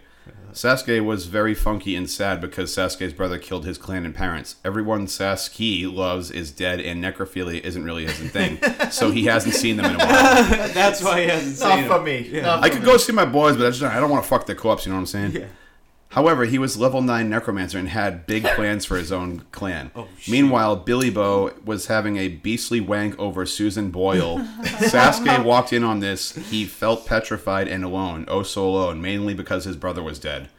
[SPEAKER 5] Sasuke was very funky and sad because Sasuke's brother killed his clan and parents. Everyone Sasuke loves is dead, and necrophilia isn't really his thing, so he hasn't seen them in a while.
[SPEAKER 3] That's why
[SPEAKER 2] [laughs]
[SPEAKER 3] he hasn't seen
[SPEAKER 2] Not
[SPEAKER 3] it.
[SPEAKER 2] for me. Not
[SPEAKER 5] I
[SPEAKER 2] for
[SPEAKER 5] could
[SPEAKER 2] me.
[SPEAKER 5] go see my boys, but I just I don't want to fuck their co-ops. You know what I'm saying?
[SPEAKER 3] Yeah.
[SPEAKER 5] However, he was level 9 necromancer and had
[SPEAKER 3] [laughs]
[SPEAKER 5] big plans for his own clan.
[SPEAKER 3] Oh, shit.
[SPEAKER 5] Meanwhile, Billy Bo was having a beastly wank over
[SPEAKER 3] [laughs]
[SPEAKER 5] Susan Boyle. Sasuke walked in on this. He felt petrified and alone, oh so alone, mainly because his brother was dead.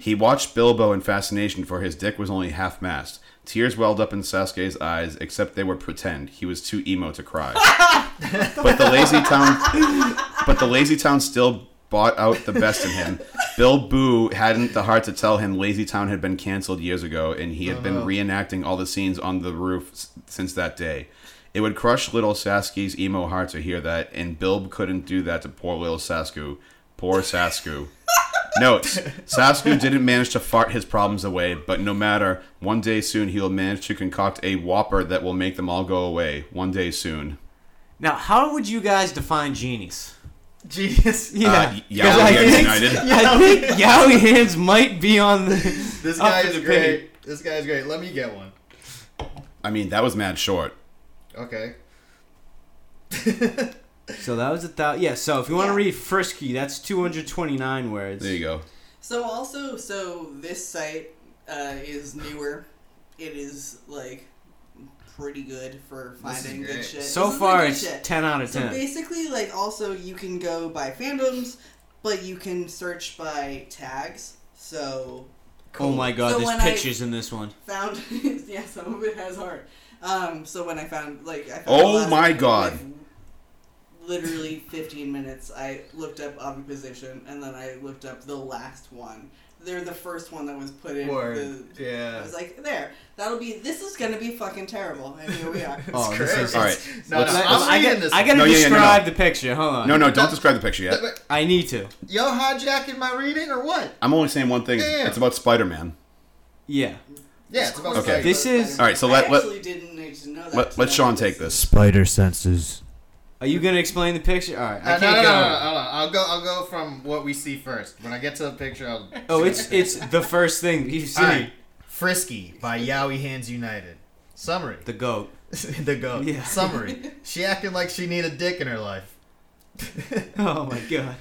[SPEAKER 5] He watched Bilbo in fascination, for his dick was only half mast. Tears welled up in Sasuke's eyes, except they were pretend. He was too emo
[SPEAKER 3] [laughs]
[SPEAKER 5] to cry. but the lazy town but the Lazy Town still bought out the best in him. Bill Boo hadn't the heart to tell him Lazy Town had been canceled years ago, and he had been reenacting all the scenes on the roof s- since that day. It would crush little Sasuke's emo heart to hear that, and Bilb couldn't do that to poor little Sasuke. Poor Sasuke. Notes Sasuke didn't manage to fart his problems away, but no matter, one day soon he'll manage to concoct a whopper that will make them all go away. One day soon.
[SPEAKER 3] Now, how would you guys define genies?
[SPEAKER 2] Genius.
[SPEAKER 3] [laughs] Yeah,
[SPEAKER 5] Uh, y- yeah,
[SPEAKER 3] Because I
[SPEAKER 5] yeah,
[SPEAKER 3] think-
[SPEAKER 5] United.
[SPEAKER 3] I think Yowie Hands might be on the.
[SPEAKER 2] This
[SPEAKER 3] Up
[SPEAKER 2] guy
[SPEAKER 3] for
[SPEAKER 2] is
[SPEAKER 3] debate.
[SPEAKER 2] great. This guy is great. Let me get one.
[SPEAKER 5] I mean, that was mad short.
[SPEAKER 2] Okay.
[SPEAKER 3] So that was a thousand. Yeah. So if you want to
[SPEAKER 4] Yeah.
[SPEAKER 3] read Frisky, that's two hundred twenty-nine words.
[SPEAKER 5] There you go.
[SPEAKER 4] So also, so this site uh, is newer. It is like pretty good for
[SPEAKER 2] This is
[SPEAKER 4] finding good
[SPEAKER 2] great.
[SPEAKER 4] shit.
[SPEAKER 3] So
[SPEAKER 4] This is
[SPEAKER 3] far,
[SPEAKER 4] good
[SPEAKER 3] it's
[SPEAKER 4] shit.
[SPEAKER 3] ten out of
[SPEAKER 4] So
[SPEAKER 3] ten.
[SPEAKER 4] basically, like also you can go by fandoms, but you can search by tags. So
[SPEAKER 3] Oh my god,
[SPEAKER 4] So when
[SPEAKER 3] there's
[SPEAKER 4] I-
[SPEAKER 3] pictures in this one.
[SPEAKER 4] found yeah some of it has heart um so when i found like i found
[SPEAKER 5] Oh
[SPEAKER 4] the last-
[SPEAKER 5] my God.
[SPEAKER 4] literally 15 minutes i looked up oviposition and then i looked up the last one they're the first one that was put in
[SPEAKER 2] Word.
[SPEAKER 4] the- i
[SPEAKER 2] Yeah.
[SPEAKER 4] was like there that'll be this is gonna be fucking terrible and here we
[SPEAKER 2] [laughs]
[SPEAKER 4] are
[SPEAKER 3] Oh, this
[SPEAKER 2] crazy.
[SPEAKER 3] is-
[SPEAKER 5] All right.
[SPEAKER 2] No,
[SPEAKER 5] Let's-
[SPEAKER 2] no,
[SPEAKER 5] let's-
[SPEAKER 2] I'm
[SPEAKER 3] I,
[SPEAKER 2] reading
[SPEAKER 3] gotta,
[SPEAKER 2] this.
[SPEAKER 3] I gotta
[SPEAKER 5] No, yeah, yeah, no,
[SPEAKER 3] describe
[SPEAKER 5] no.
[SPEAKER 3] the picture. Hold on.
[SPEAKER 5] No, no, don't describe the picture yet.
[SPEAKER 3] I need to.
[SPEAKER 2] Yo, hijacking my reading or what?
[SPEAKER 5] I'm only saying one thing.
[SPEAKER 2] Yeah, yeah.
[SPEAKER 5] It's about Spider Man.
[SPEAKER 3] Yeah.
[SPEAKER 2] Yeah, it's about
[SPEAKER 5] Okay.
[SPEAKER 2] Spider-Man.
[SPEAKER 3] This is-
[SPEAKER 5] All right, so
[SPEAKER 4] I
[SPEAKER 5] let- let-
[SPEAKER 4] actually didn't need to know that
[SPEAKER 5] Let,
[SPEAKER 4] to
[SPEAKER 5] let
[SPEAKER 4] know
[SPEAKER 5] Sean
[SPEAKER 4] this.
[SPEAKER 5] take this.
[SPEAKER 2] spider senses.
[SPEAKER 3] Are you gonna explain the picture? All right. I
[SPEAKER 2] Uh,
[SPEAKER 3] can't
[SPEAKER 2] no, no, no,
[SPEAKER 3] go.
[SPEAKER 2] no, no, hold on. I'll go. I'll go from what we see first. When I get to the picture, I'll.
[SPEAKER 3] Oh, it's it's the first thing you see.
[SPEAKER 2] All right. Frisky by Yowie Hands United. Summary.
[SPEAKER 3] The goat.
[SPEAKER 2] [laughs] the goat.
[SPEAKER 3] Yeah.
[SPEAKER 2] Summary. She acting like she need a dick in her life. [laughs]
[SPEAKER 3] Oh my god.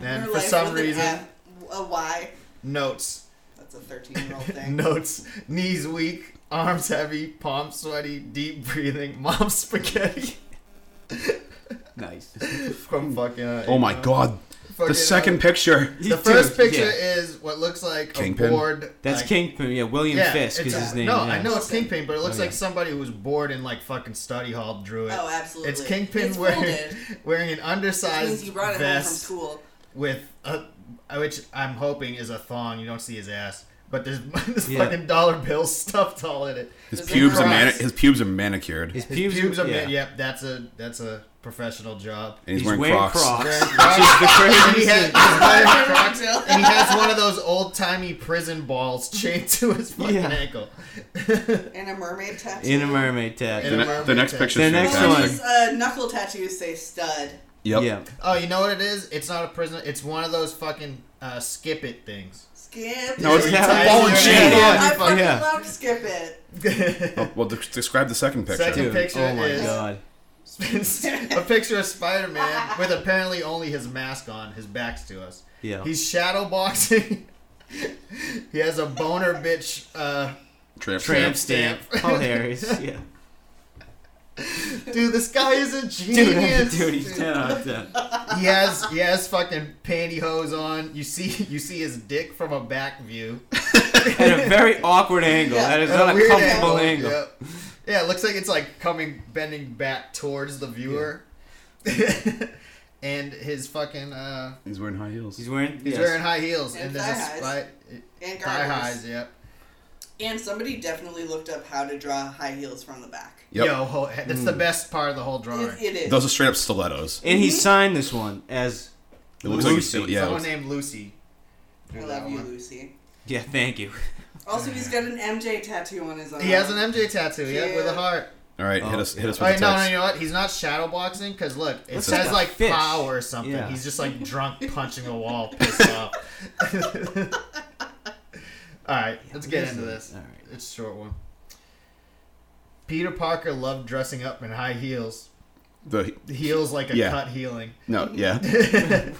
[SPEAKER 2] and
[SPEAKER 4] Her
[SPEAKER 2] for
[SPEAKER 4] life
[SPEAKER 2] some
[SPEAKER 4] with an
[SPEAKER 2] reason,
[SPEAKER 4] F, a y
[SPEAKER 2] notes.
[SPEAKER 4] that's a 13 year
[SPEAKER 2] [laughs]
[SPEAKER 4] old thing
[SPEAKER 2] Notes. Knees weak, arms heavy, palms sweaty, deep breathing, [laughs] mom spaghetti.
[SPEAKER 3] Nice. [laughs]
[SPEAKER 2] From fucking. uh,
[SPEAKER 5] Oh my god.
[SPEAKER 2] fucking, uh,
[SPEAKER 5] The second picture.
[SPEAKER 2] The first picture is what looks like
[SPEAKER 5] Kingpin?
[SPEAKER 2] a board.
[SPEAKER 3] That's
[SPEAKER 2] like,
[SPEAKER 3] Kingpin. Yeah, William Fisk
[SPEAKER 2] it's
[SPEAKER 3] is
[SPEAKER 2] a-
[SPEAKER 3] his name.
[SPEAKER 2] No,
[SPEAKER 3] yeah.
[SPEAKER 2] I know it's Kingpin, but it looks
[SPEAKER 3] Okay.
[SPEAKER 2] like somebody who was bored in like fucking study hall drew it.
[SPEAKER 4] oh absolutely
[SPEAKER 2] It's Kingpin
[SPEAKER 4] it's
[SPEAKER 2] wearing
[SPEAKER 4] folded.
[SPEAKER 2] wearing an
[SPEAKER 4] That means
[SPEAKER 2] undersized
[SPEAKER 4] you brought it home from
[SPEAKER 2] vest
[SPEAKER 4] school
[SPEAKER 2] with a which I'm hoping is a thong. You don't see his ass, but there's [laughs] this
[SPEAKER 3] Yeah.
[SPEAKER 2] fucking dollar bill [laughs] stuffed all in it.
[SPEAKER 5] His
[SPEAKER 4] Does it
[SPEAKER 5] pubes are
[SPEAKER 4] cross?
[SPEAKER 5] mani- his pubes are manicured.
[SPEAKER 3] His
[SPEAKER 2] His
[SPEAKER 3] pubes,
[SPEAKER 2] pubes are
[SPEAKER 3] yeah.
[SPEAKER 2] big. Yep, that's a that's a professional job.
[SPEAKER 5] and
[SPEAKER 3] He's,
[SPEAKER 5] he's,
[SPEAKER 3] wearing, Crocs.
[SPEAKER 2] [laughs]
[SPEAKER 3] [laughs]
[SPEAKER 2] Wearing
[SPEAKER 3] Which is the
[SPEAKER 2] And he
[SPEAKER 3] craziest [laughs]
[SPEAKER 2] has,
[SPEAKER 3] thing.
[SPEAKER 2] he's wearing Crocs, and he has one of those old timey prison balls chained to
[SPEAKER 3] [laughs]
[SPEAKER 2] his fucking
[SPEAKER 3] Yeah.
[SPEAKER 2] ankle. [laughs]
[SPEAKER 4] and a mermaid tattoo
[SPEAKER 3] In a mermaid
[SPEAKER 2] In
[SPEAKER 5] The,
[SPEAKER 2] a
[SPEAKER 3] tattoo.
[SPEAKER 5] ne-
[SPEAKER 2] mermaid
[SPEAKER 5] the next
[SPEAKER 2] tattoo.
[SPEAKER 5] picture
[SPEAKER 3] The
[SPEAKER 5] is
[SPEAKER 3] next
[SPEAKER 5] fantastic.
[SPEAKER 4] Those uh, knuckle tattoos say stud.
[SPEAKER 5] Yep.
[SPEAKER 3] Yeah.
[SPEAKER 2] Oh, you know what it is? It's not a prison. It's one of those fucking uh, skip it things. [laughs]
[SPEAKER 4] Skip.
[SPEAKER 5] No, it's
[SPEAKER 4] it.
[SPEAKER 5] not
[SPEAKER 2] Yeah.
[SPEAKER 5] ball and chain.
[SPEAKER 2] Yeah.
[SPEAKER 4] I fucking
[SPEAKER 3] Yeah.
[SPEAKER 4] love skip it.
[SPEAKER 5] Oh, well, de- describe the second picture.
[SPEAKER 2] Second-
[SPEAKER 3] Dude,
[SPEAKER 2] picture
[SPEAKER 3] oh my
[SPEAKER 2] is-
[SPEAKER 3] god.
[SPEAKER 2] a
[SPEAKER 4] [laughs]
[SPEAKER 2] picture of Spider Man with apparently only his mask on. His back's to us.
[SPEAKER 3] Yeah.
[SPEAKER 2] He's shadow boxing. he has a boner bitch uh,
[SPEAKER 5] Tramp
[SPEAKER 3] Tramp
[SPEAKER 5] stamp.
[SPEAKER 3] stamp.
[SPEAKER 2] stamp. [laughs]
[SPEAKER 3] Paul Harris. Yeah.
[SPEAKER 2] Dude, this guy is a
[SPEAKER 3] [laughs] Dude,
[SPEAKER 2] genius.
[SPEAKER 3] dude, he's 10 out of 10.
[SPEAKER 2] [laughs] he has he has fucking pantyhose on. You see you see his dick from a back view.
[SPEAKER 3] At a very awkward angle.
[SPEAKER 4] Yeah.
[SPEAKER 3] That is
[SPEAKER 2] At
[SPEAKER 3] not a
[SPEAKER 2] weird
[SPEAKER 3] comfortable angle.
[SPEAKER 2] Yep. Yeah, it looks like it's like coming bending back towards the viewer. [laughs] and his fucking uh
[SPEAKER 5] He's wearing high heels.
[SPEAKER 3] He's wearing.
[SPEAKER 2] he's
[SPEAKER 3] yes.
[SPEAKER 2] wearing high heels and,
[SPEAKER 4] And
[SPEAKER 2] there's a
[SPEAKER 4] thigh highs.
[SPEAKER 2] spy
[SPEAKER 4] And
[SPEAKER 2] thigh highs,
[SPEAKER 4] garters.
[SPEAKER 2] yep.
[SPEAKER 4] And somebody definitely looked up how to draw high heels from the back.
[SPEAKER 5] Yep.
[SPEAKER 2] Yo, ho- that's the best part of the whole drawing.
[SPEAKER 4] It, it is.
[SPEAKER 5] Those are straight up stilettos.
[SPEAKER 3] And he signed this one as.
[SPEAKER 5] It looks like he's
[SPEAKER 3] Lucy.
[SPEAKER 5] still, yeah. it
[SPEAKER 2] Someone
[SPEAKER 5] looks-
[SPEAKER 2] named Lucy.
[SPEAKER 4] I
[SPEAKER 2] Drew
[SPEAKER 4] love
[SPEAKER 2] that
[SPEAKER 4] you,
[SPEAKER 2] one.
[SPEAKER 4] Lucy.
[SPEAKER 3] Yeah, thank
[SPEAKER 2] [laughs]
[SPEAKER 3] you.
[SPEAKER 4] Also, he's got an MJ tattoo on his arm.
[SPEAKER 2] He has an MJ tattoo, yeah, with a
[SPEAKER 4] Cute.
[SPEAKER 2] heart.
[SPEAKER 5] All right, hit
[SPEAKER 3] Oh.
[SPEAKER 5] us, hit us with
[SPEAKER 2] All right,
[SPEAKER 5] the
[SPEAKER 2] no, no,
[SPEAKER 5] text.
[SPEAKER 2] you know what? He's not shadow boxing because look, it
[SPEAKER 3] Looks like
[SPEAKER 2] says
[SPEAKER 3] a
[SPEAKER 2] like,
[SPEAKER 3] fish.
[SPEAKER 2] pow or something.
[SPEAKER 3] Yeah.
[SPEAKER 2] He's just like drunk, punching a wall, pissed off. All right, let's get into this.
[SPEAKER 3] All right. [laughs]
[SPEAKER 2] It's a short one. Peter Parker loved dressing up in high heels,
[SPEAKER 5] The,
[SPEAKER 2] heels like a
[SPEAKER 5] Yeah.
[SPEAKER 2] cut healing,
[SPEAKER 5] no, yeah.
[SPEAKER 4] [laughs]
[SPEAKER 2] [laughs]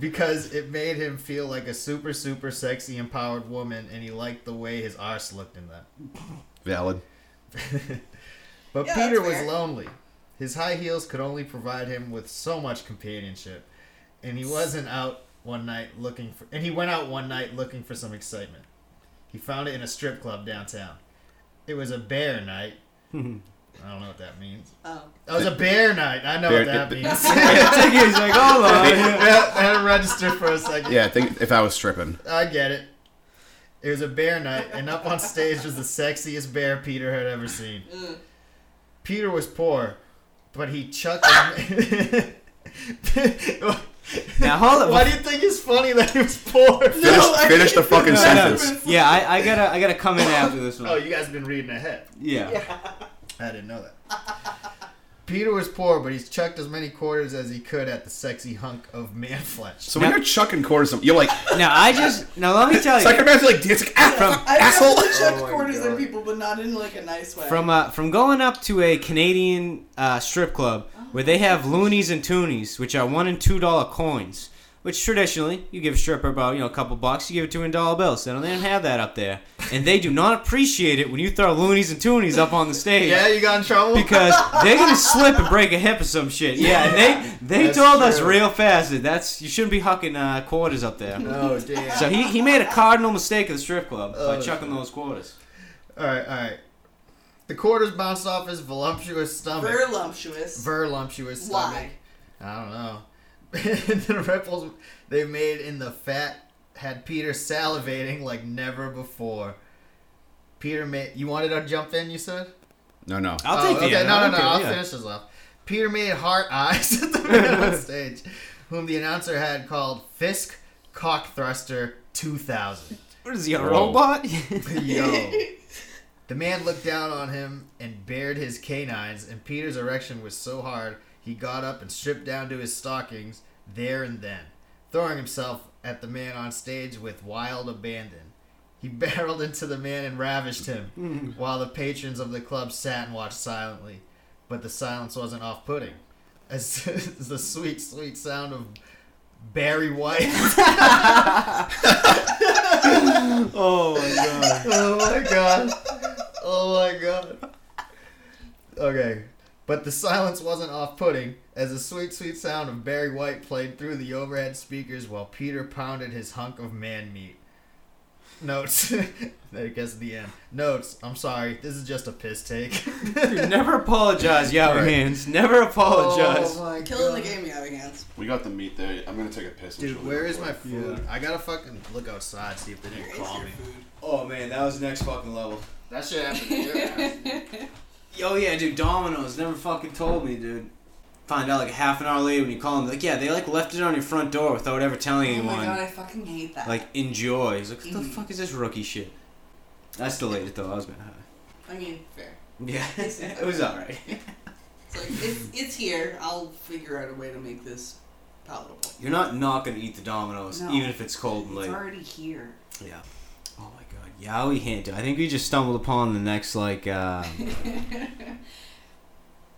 [SPEAKER 2] because it made him feel like a super, super sexy, empowered woman, and he liked the way his arse looked in them.
[SPEAKER 5] Valid.
[SPEAKER 4] [laughs]
[SPEAKER 2] But
[SPEAKER 4] Yeah,
[SPEAKER 2] Peter
[SPEAKER 4] that's
[SPEAKER 2] was
[SPEAKER 4] fair.
[SPEAKER 2] lonely. His high heels could only provide him with so much companionship, and he wasn't out one night looking for. And he went out one night looking for some excitement. He found it in a strip club downtown. It was a bear
[SPEAKER 4] [laughs]
[SPEAKER 2] night. I don't know what that means.
[SPEAKER 4] Oh.
[SPEAKER 2] It was a bear night. I know
[SPEAKER 5] Bear-
[SPEAKER 2] what that
[SPEAKER 5] it-
[SPEAKER 2] means. [laughs]
[SPEAKER 3] He's like, hold [laughs] on.
[SPEAKER 2] I had to register for a second.
[SPEAKER 5] Yeah, I think if I was stripping.
[SPEAKER 2] I get it. It was a bear night, and up on stage was the sexiest bear Peter had ever seen. Peter was poor, but he chucked.
[SPEAKER 3] Now, hold on.
[SPEAKER 2] Why do you think it's funny that he was
[SPEAKER 4] [laughs]
[SPEAKER 2] poor?
[SPEAKER 5] Finish,
[SPEAKER 4] I
[SPEAKER 5] finish the
[SPEAKER 4] [laughs] can't-
[SPEAKER 5] fucking
[SPEAKER 4] No,
[SPEAKER 3] no.
[SPEAKER 5] sentence.
[SPEAKER 3] Yeah, I, I gotta I gotta come in after this
[SPEAKER 2] Oh,
[SPEAKER 3] one.
[SPEAKER 2] you guys have been reading ahead.
[SPEAKER 3] Yeah.
[SPEAKER 2] I didn't know that. Peter was poor, but he's chucked as many quarters as he could at the sexy hunk of man flesh.
[SPEAKER 5] So when
[SPEAKER 3] Now-
[SPEAKER 5] you're chucking quarters, you're like,
[SPEAKER 3] Now I just now let me tell you
[SPEAKER 5] second man's like, dancing, ah,
[SPEAKER 3] From-
[SPEAKER 5] fuck,
[SPEAKER 2] [laughs]
[SPEAKER 4] I
[SPEAKER 5] asshole.
[SPEAKER 4] definitely chucked
[SPEAKER 2] Oh my
[SPEAKER 4] quarters
[SPEAKER 2] God.
[SPEAKER 4] in people, but not in like a nice way.
[SPEAKER 3] from uh, from going up to a Canadian uh, strip club where they have loonies and toonies, which are one and two dollar coins. Which traditionally, you give a stripper about you know a couple bucks, you give it to her in dollar bills. They don't, they don't have that up there, and they do not appreciate it when you throw loonies and toonies up on the stage
[SPEAKER 2] Yeah, you got in trouble.
[SPEAKER 3] because they're gonna slip and break a hip or some shit. Yeah, and they they
[SPEAKER 2] That's
[SPEAKER 3] told us
[SPEAKER 2] true.
[SPEAKER 3] real fast that that's you shouldn't be hucking uh, quarters up there.
[SPEAKER 2] oh damn.
[SPEAKER 3] So he, he made a cardinal mistake at the strip club by
[SPEAKER 2] Oh,
[SPEAKER 3] chucking those quarters.
[SPEAKER 2] all right, all right. The quarters bounced off his voluptuous stomach.
[SPEAKER 4] Verlumptuous.
[SPEAKER 2] Verlumptuous
[SPEAKER 4] Why?
[SPEAKER 2] stomach. I don't know. [laughs] and the ripples they made in the fat had Peter salivating like never before. Peter made. You wanted to jump in? You said.
[SPEAKER 5] No, no.
[SPEAKER 3] I'll
[SPEAKER 2] Oh,
[SPEAKER 3] take the
[SPEAKER 2] okay.
[SPEAKER 3] end.
[SPEAKER 2] No,
[SPEAKER 3] I
[SPEAKER 2] no,
[SPEAKER 3] don't
[SPEAKER 2] no.
[SPEAKER 3] care,
[SPEAKER 2] I'll
[SPEAKER 3] yeah.
[SPEAKER 2] finish this off. Peter made heart eyes [laughs] at the man on stage, whom the announcer had called Fisk Cocktthruster 2000.
[SPEAKER 3] What is he a
[SPEAKER 5] Whoa.
[SPEAKER 3] robot? [laughs]
[SPEAKER 2] Yo. The man looked down on him and bared his canines, and Peter's erection was so hard he got up and stripped down to his stockings there and then, throwing himself at the man on stage with wild abandon. He [laughs] barreled into the man and ravished him, while the patrons of the club sat and watched silently. But the silence wasn't off putting, [laughs] as the sweet, sweet sound of Barry White.
[SPEAKER 3] oh my god.
[SPEAKER 2] oh my god. Oh my god. Okay. But the silence wasn't off putting, as the sweet, sweet sound of Barry White played through the overhead speakers while Peter pounded his hunk of man meat. Notes. [laughs] I guess the end. Notes. I'm sorry. This is just a piss
[SPEAKER 4] [laughs]
[SPEAKER 2] take.
[SPEAKER 3] Dude, [laughs] never apologize, Yahoo
[SPEAKER 2] Right.
[SPEAKER 3] hands. Never apologize.
[SPEAKER 2] my
[SPEAKER 4] Killing the game, Yahoo hands.
[SPEAKER 5] We got the meat there. I'm gonna take a piss. and
[SPEAKER 2] Dude,
[SPEAKER 5] chill
[SPEAKER 2] where is
[SPEAKER 5] real
[SPEAKER 2] my
[SPEAKER 5] quick.
[SPEAKER 2] food? I gotta fucking look outside see if they didn't call me.
[SPEAKER 3] Oh man, that was next fucking level.
[SPEAKER 2] That shit happened to your house.
[SPEAKER 3] Oh yeah, dude, Domino's never fucking told me, dude. Find out like half an hour later when you call them, like, yeah, they like left it on your front door without ever telling
[SPEAKER 4] Oh my
[SPEAKER 3] anyone.
[SPEAKER 4] god, I fucking hate that.
[SPEAKER 3] Like enjoy. He's like, what the
[SPEAKER 4] Mhm.
[SPEAKER 3] fuck is this rookie shit? I still ate it [laughs] though. I was gonna high.
[SPEAKER 4] I mean, fair.
[SPEAKER 3] Yeah, [laughs] it was all right.
[SPEAKER 4] It's like it's, it's here. I'll figure out a way to make this palatable.
[SPEAKER 3] You're not not gonna eat the Domino's
[SPEAKER 4] No.
[SPEAKER 3] even if it's cold and
[SPEAKER 4] It's
[SPEAKER 3] late.
[SPEAKER 4] already [laughs] here.
[SPEAKER 3] Yeah. Oh my god, Yowie hint. I think we just stumbled upon the next like. Uh,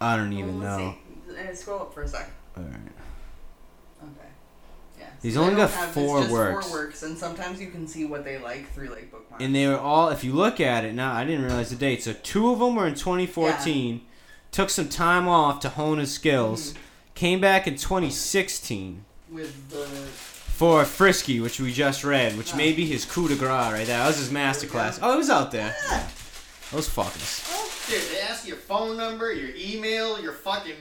[SPEAKER 3] I don't even
[SPEAKER 4] Well,
[SPEAKER 3] know.
[SPEAKER 4] let's see. Uh, Scroll up for a sec.
[SPEAKER 3] All right.
[SPEAKER 4] Okay. Yeah.
[SPEAKER 3] He's
[SPEAKER 4] So I
[SPEAKER 3] only
[SPEAKER 4] don't
[SPEAKER 3] got
[SPEAKER 4] have- it's
[SPEAKER 3] four
[SPEAKER 4] just
[SPEAKER 3] works.
[SPEAKER 4] Four works, and sometimes you can see what they like through like bookmarks.
[SPEAKER 3] And they were all, if you look at it now, I didn't realize the date. So two of them were in 2014, took some time off to hone his skills,
[SPEAKER 4] Mm-hmm.
[SPEAKER 3] came back in 2016
[SPEAKER 4] with the
[SPEAKER 3] for Frisky, which we just read, which
[SPEAKER 4] Oh.
[SPEAKER 3] may be his coup de grace right there. That was his masterclass. Oh, it was out there. Those fuckers.
[SPEAKER 2] Dude, they ask your phone number, your email, your fucking,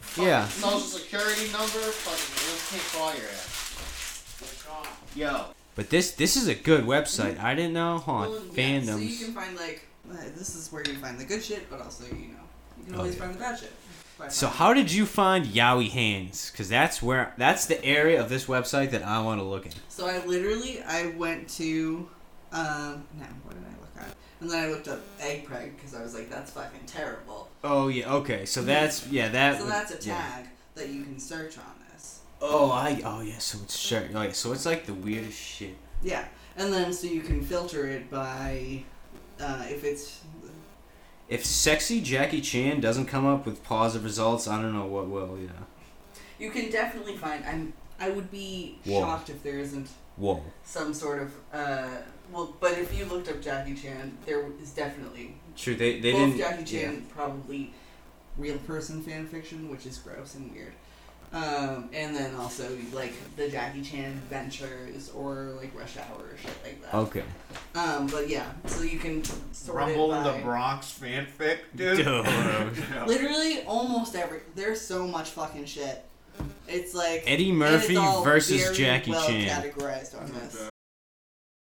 [SPEAKER 2] fucking
[SPEAKER 3] Yeah.
[SPEAKER 2] social security number. Fucking, they can't call your ass. Yo.
[SPEAKER 3] But this this is a good website. I didn't know. Hold
[SPEAKER 4] Well,
[SPEAKER 3] on.
[SPEAKER 4] yeah,
[SPEAKER 3] Fandoms.
[SPEAKER 4] So you can find like uh, this is where you find the good shit, but also you know you can
[SPEAKER 3] Oh,
[SPEAKER 4] always
[SPEAKER 3] yeah.
[SPEAKER 4] find the bad shit. But-
[SPEAKER 3] So how did you find Yowie Hands? Because that's where that's the area of this website that I want to look at.
[SPEAKER 4] So I literally I went to um no what did I look at? And then I looked up egg preg because I was like that's fucking terrible.
[SPEAKER 3] Oh yeah, okay. So that's yeah that.
[SPEAKER 4] So
[SPEAKER 3] would-
[SPEAKER 4] that's a
[SPEAKER 3] yeah.
[SPEAKER 4] tag that you can search on this.
[SPEAKER 3] Oh I oh yeah. So it's sure. Oh yeah. So it's like the weirdest shit.
[SPEAKER 4] Yeah, and then so you can filter it by uh, if it's
[SPEAKER 3] If sexy Jackie Chan doesn't come up with positive results, I don't know what will. Yeah.
[SPEAKER 4] you can definitely find. I'm I would be
[SPEAKER 3] Whoa.
[SPEAKER 4] shocked if there isn't
[SPEAKER 3] Whoa.
[SPEAKER 4] some sort of uh, well, but if you looked up Jackie Chan, there is definitely
[SPEAKER 3] True. They they
[SPEAKER 4] both
[SPEAKER 3] didn't.
[SPEAKER 4] Jackie
[SPEAKER 3] yeah.
[SPEAKER 4] Chan probably real person fan fiction, which is gross and weird. Um, and then also like the Jackie Chan adventures or like Rush Hour or shit like that.
[SPEAKER 3] Okay.
[SPEAKER 4] Um, but yeah, so you can sort
[SPEAKER 2] Rumble
[SPEAKER 4] it
[SPEAKER 2] in
[SPEAKER 4] by,
[SPEAKER 2] the Bronx fanfic, dude. [laughs]
[SPEAKER 3] Dude.
[SPEAKER 4] Literally, almost every there's so much fucking shit. It's like
[SPEAKER 3] Eddie
[SPEAKER 4] and it's
[SPEAKER 3] Murphy
[SPEAKER 4] all
[SPEAKER 3] versus
[SPEAKER 4] very
[SPEAKER 3] Jackie
[SPEAKER 4] well
[SPEAKER 3] Chan.
[SPEAKER 4] Categorized on this.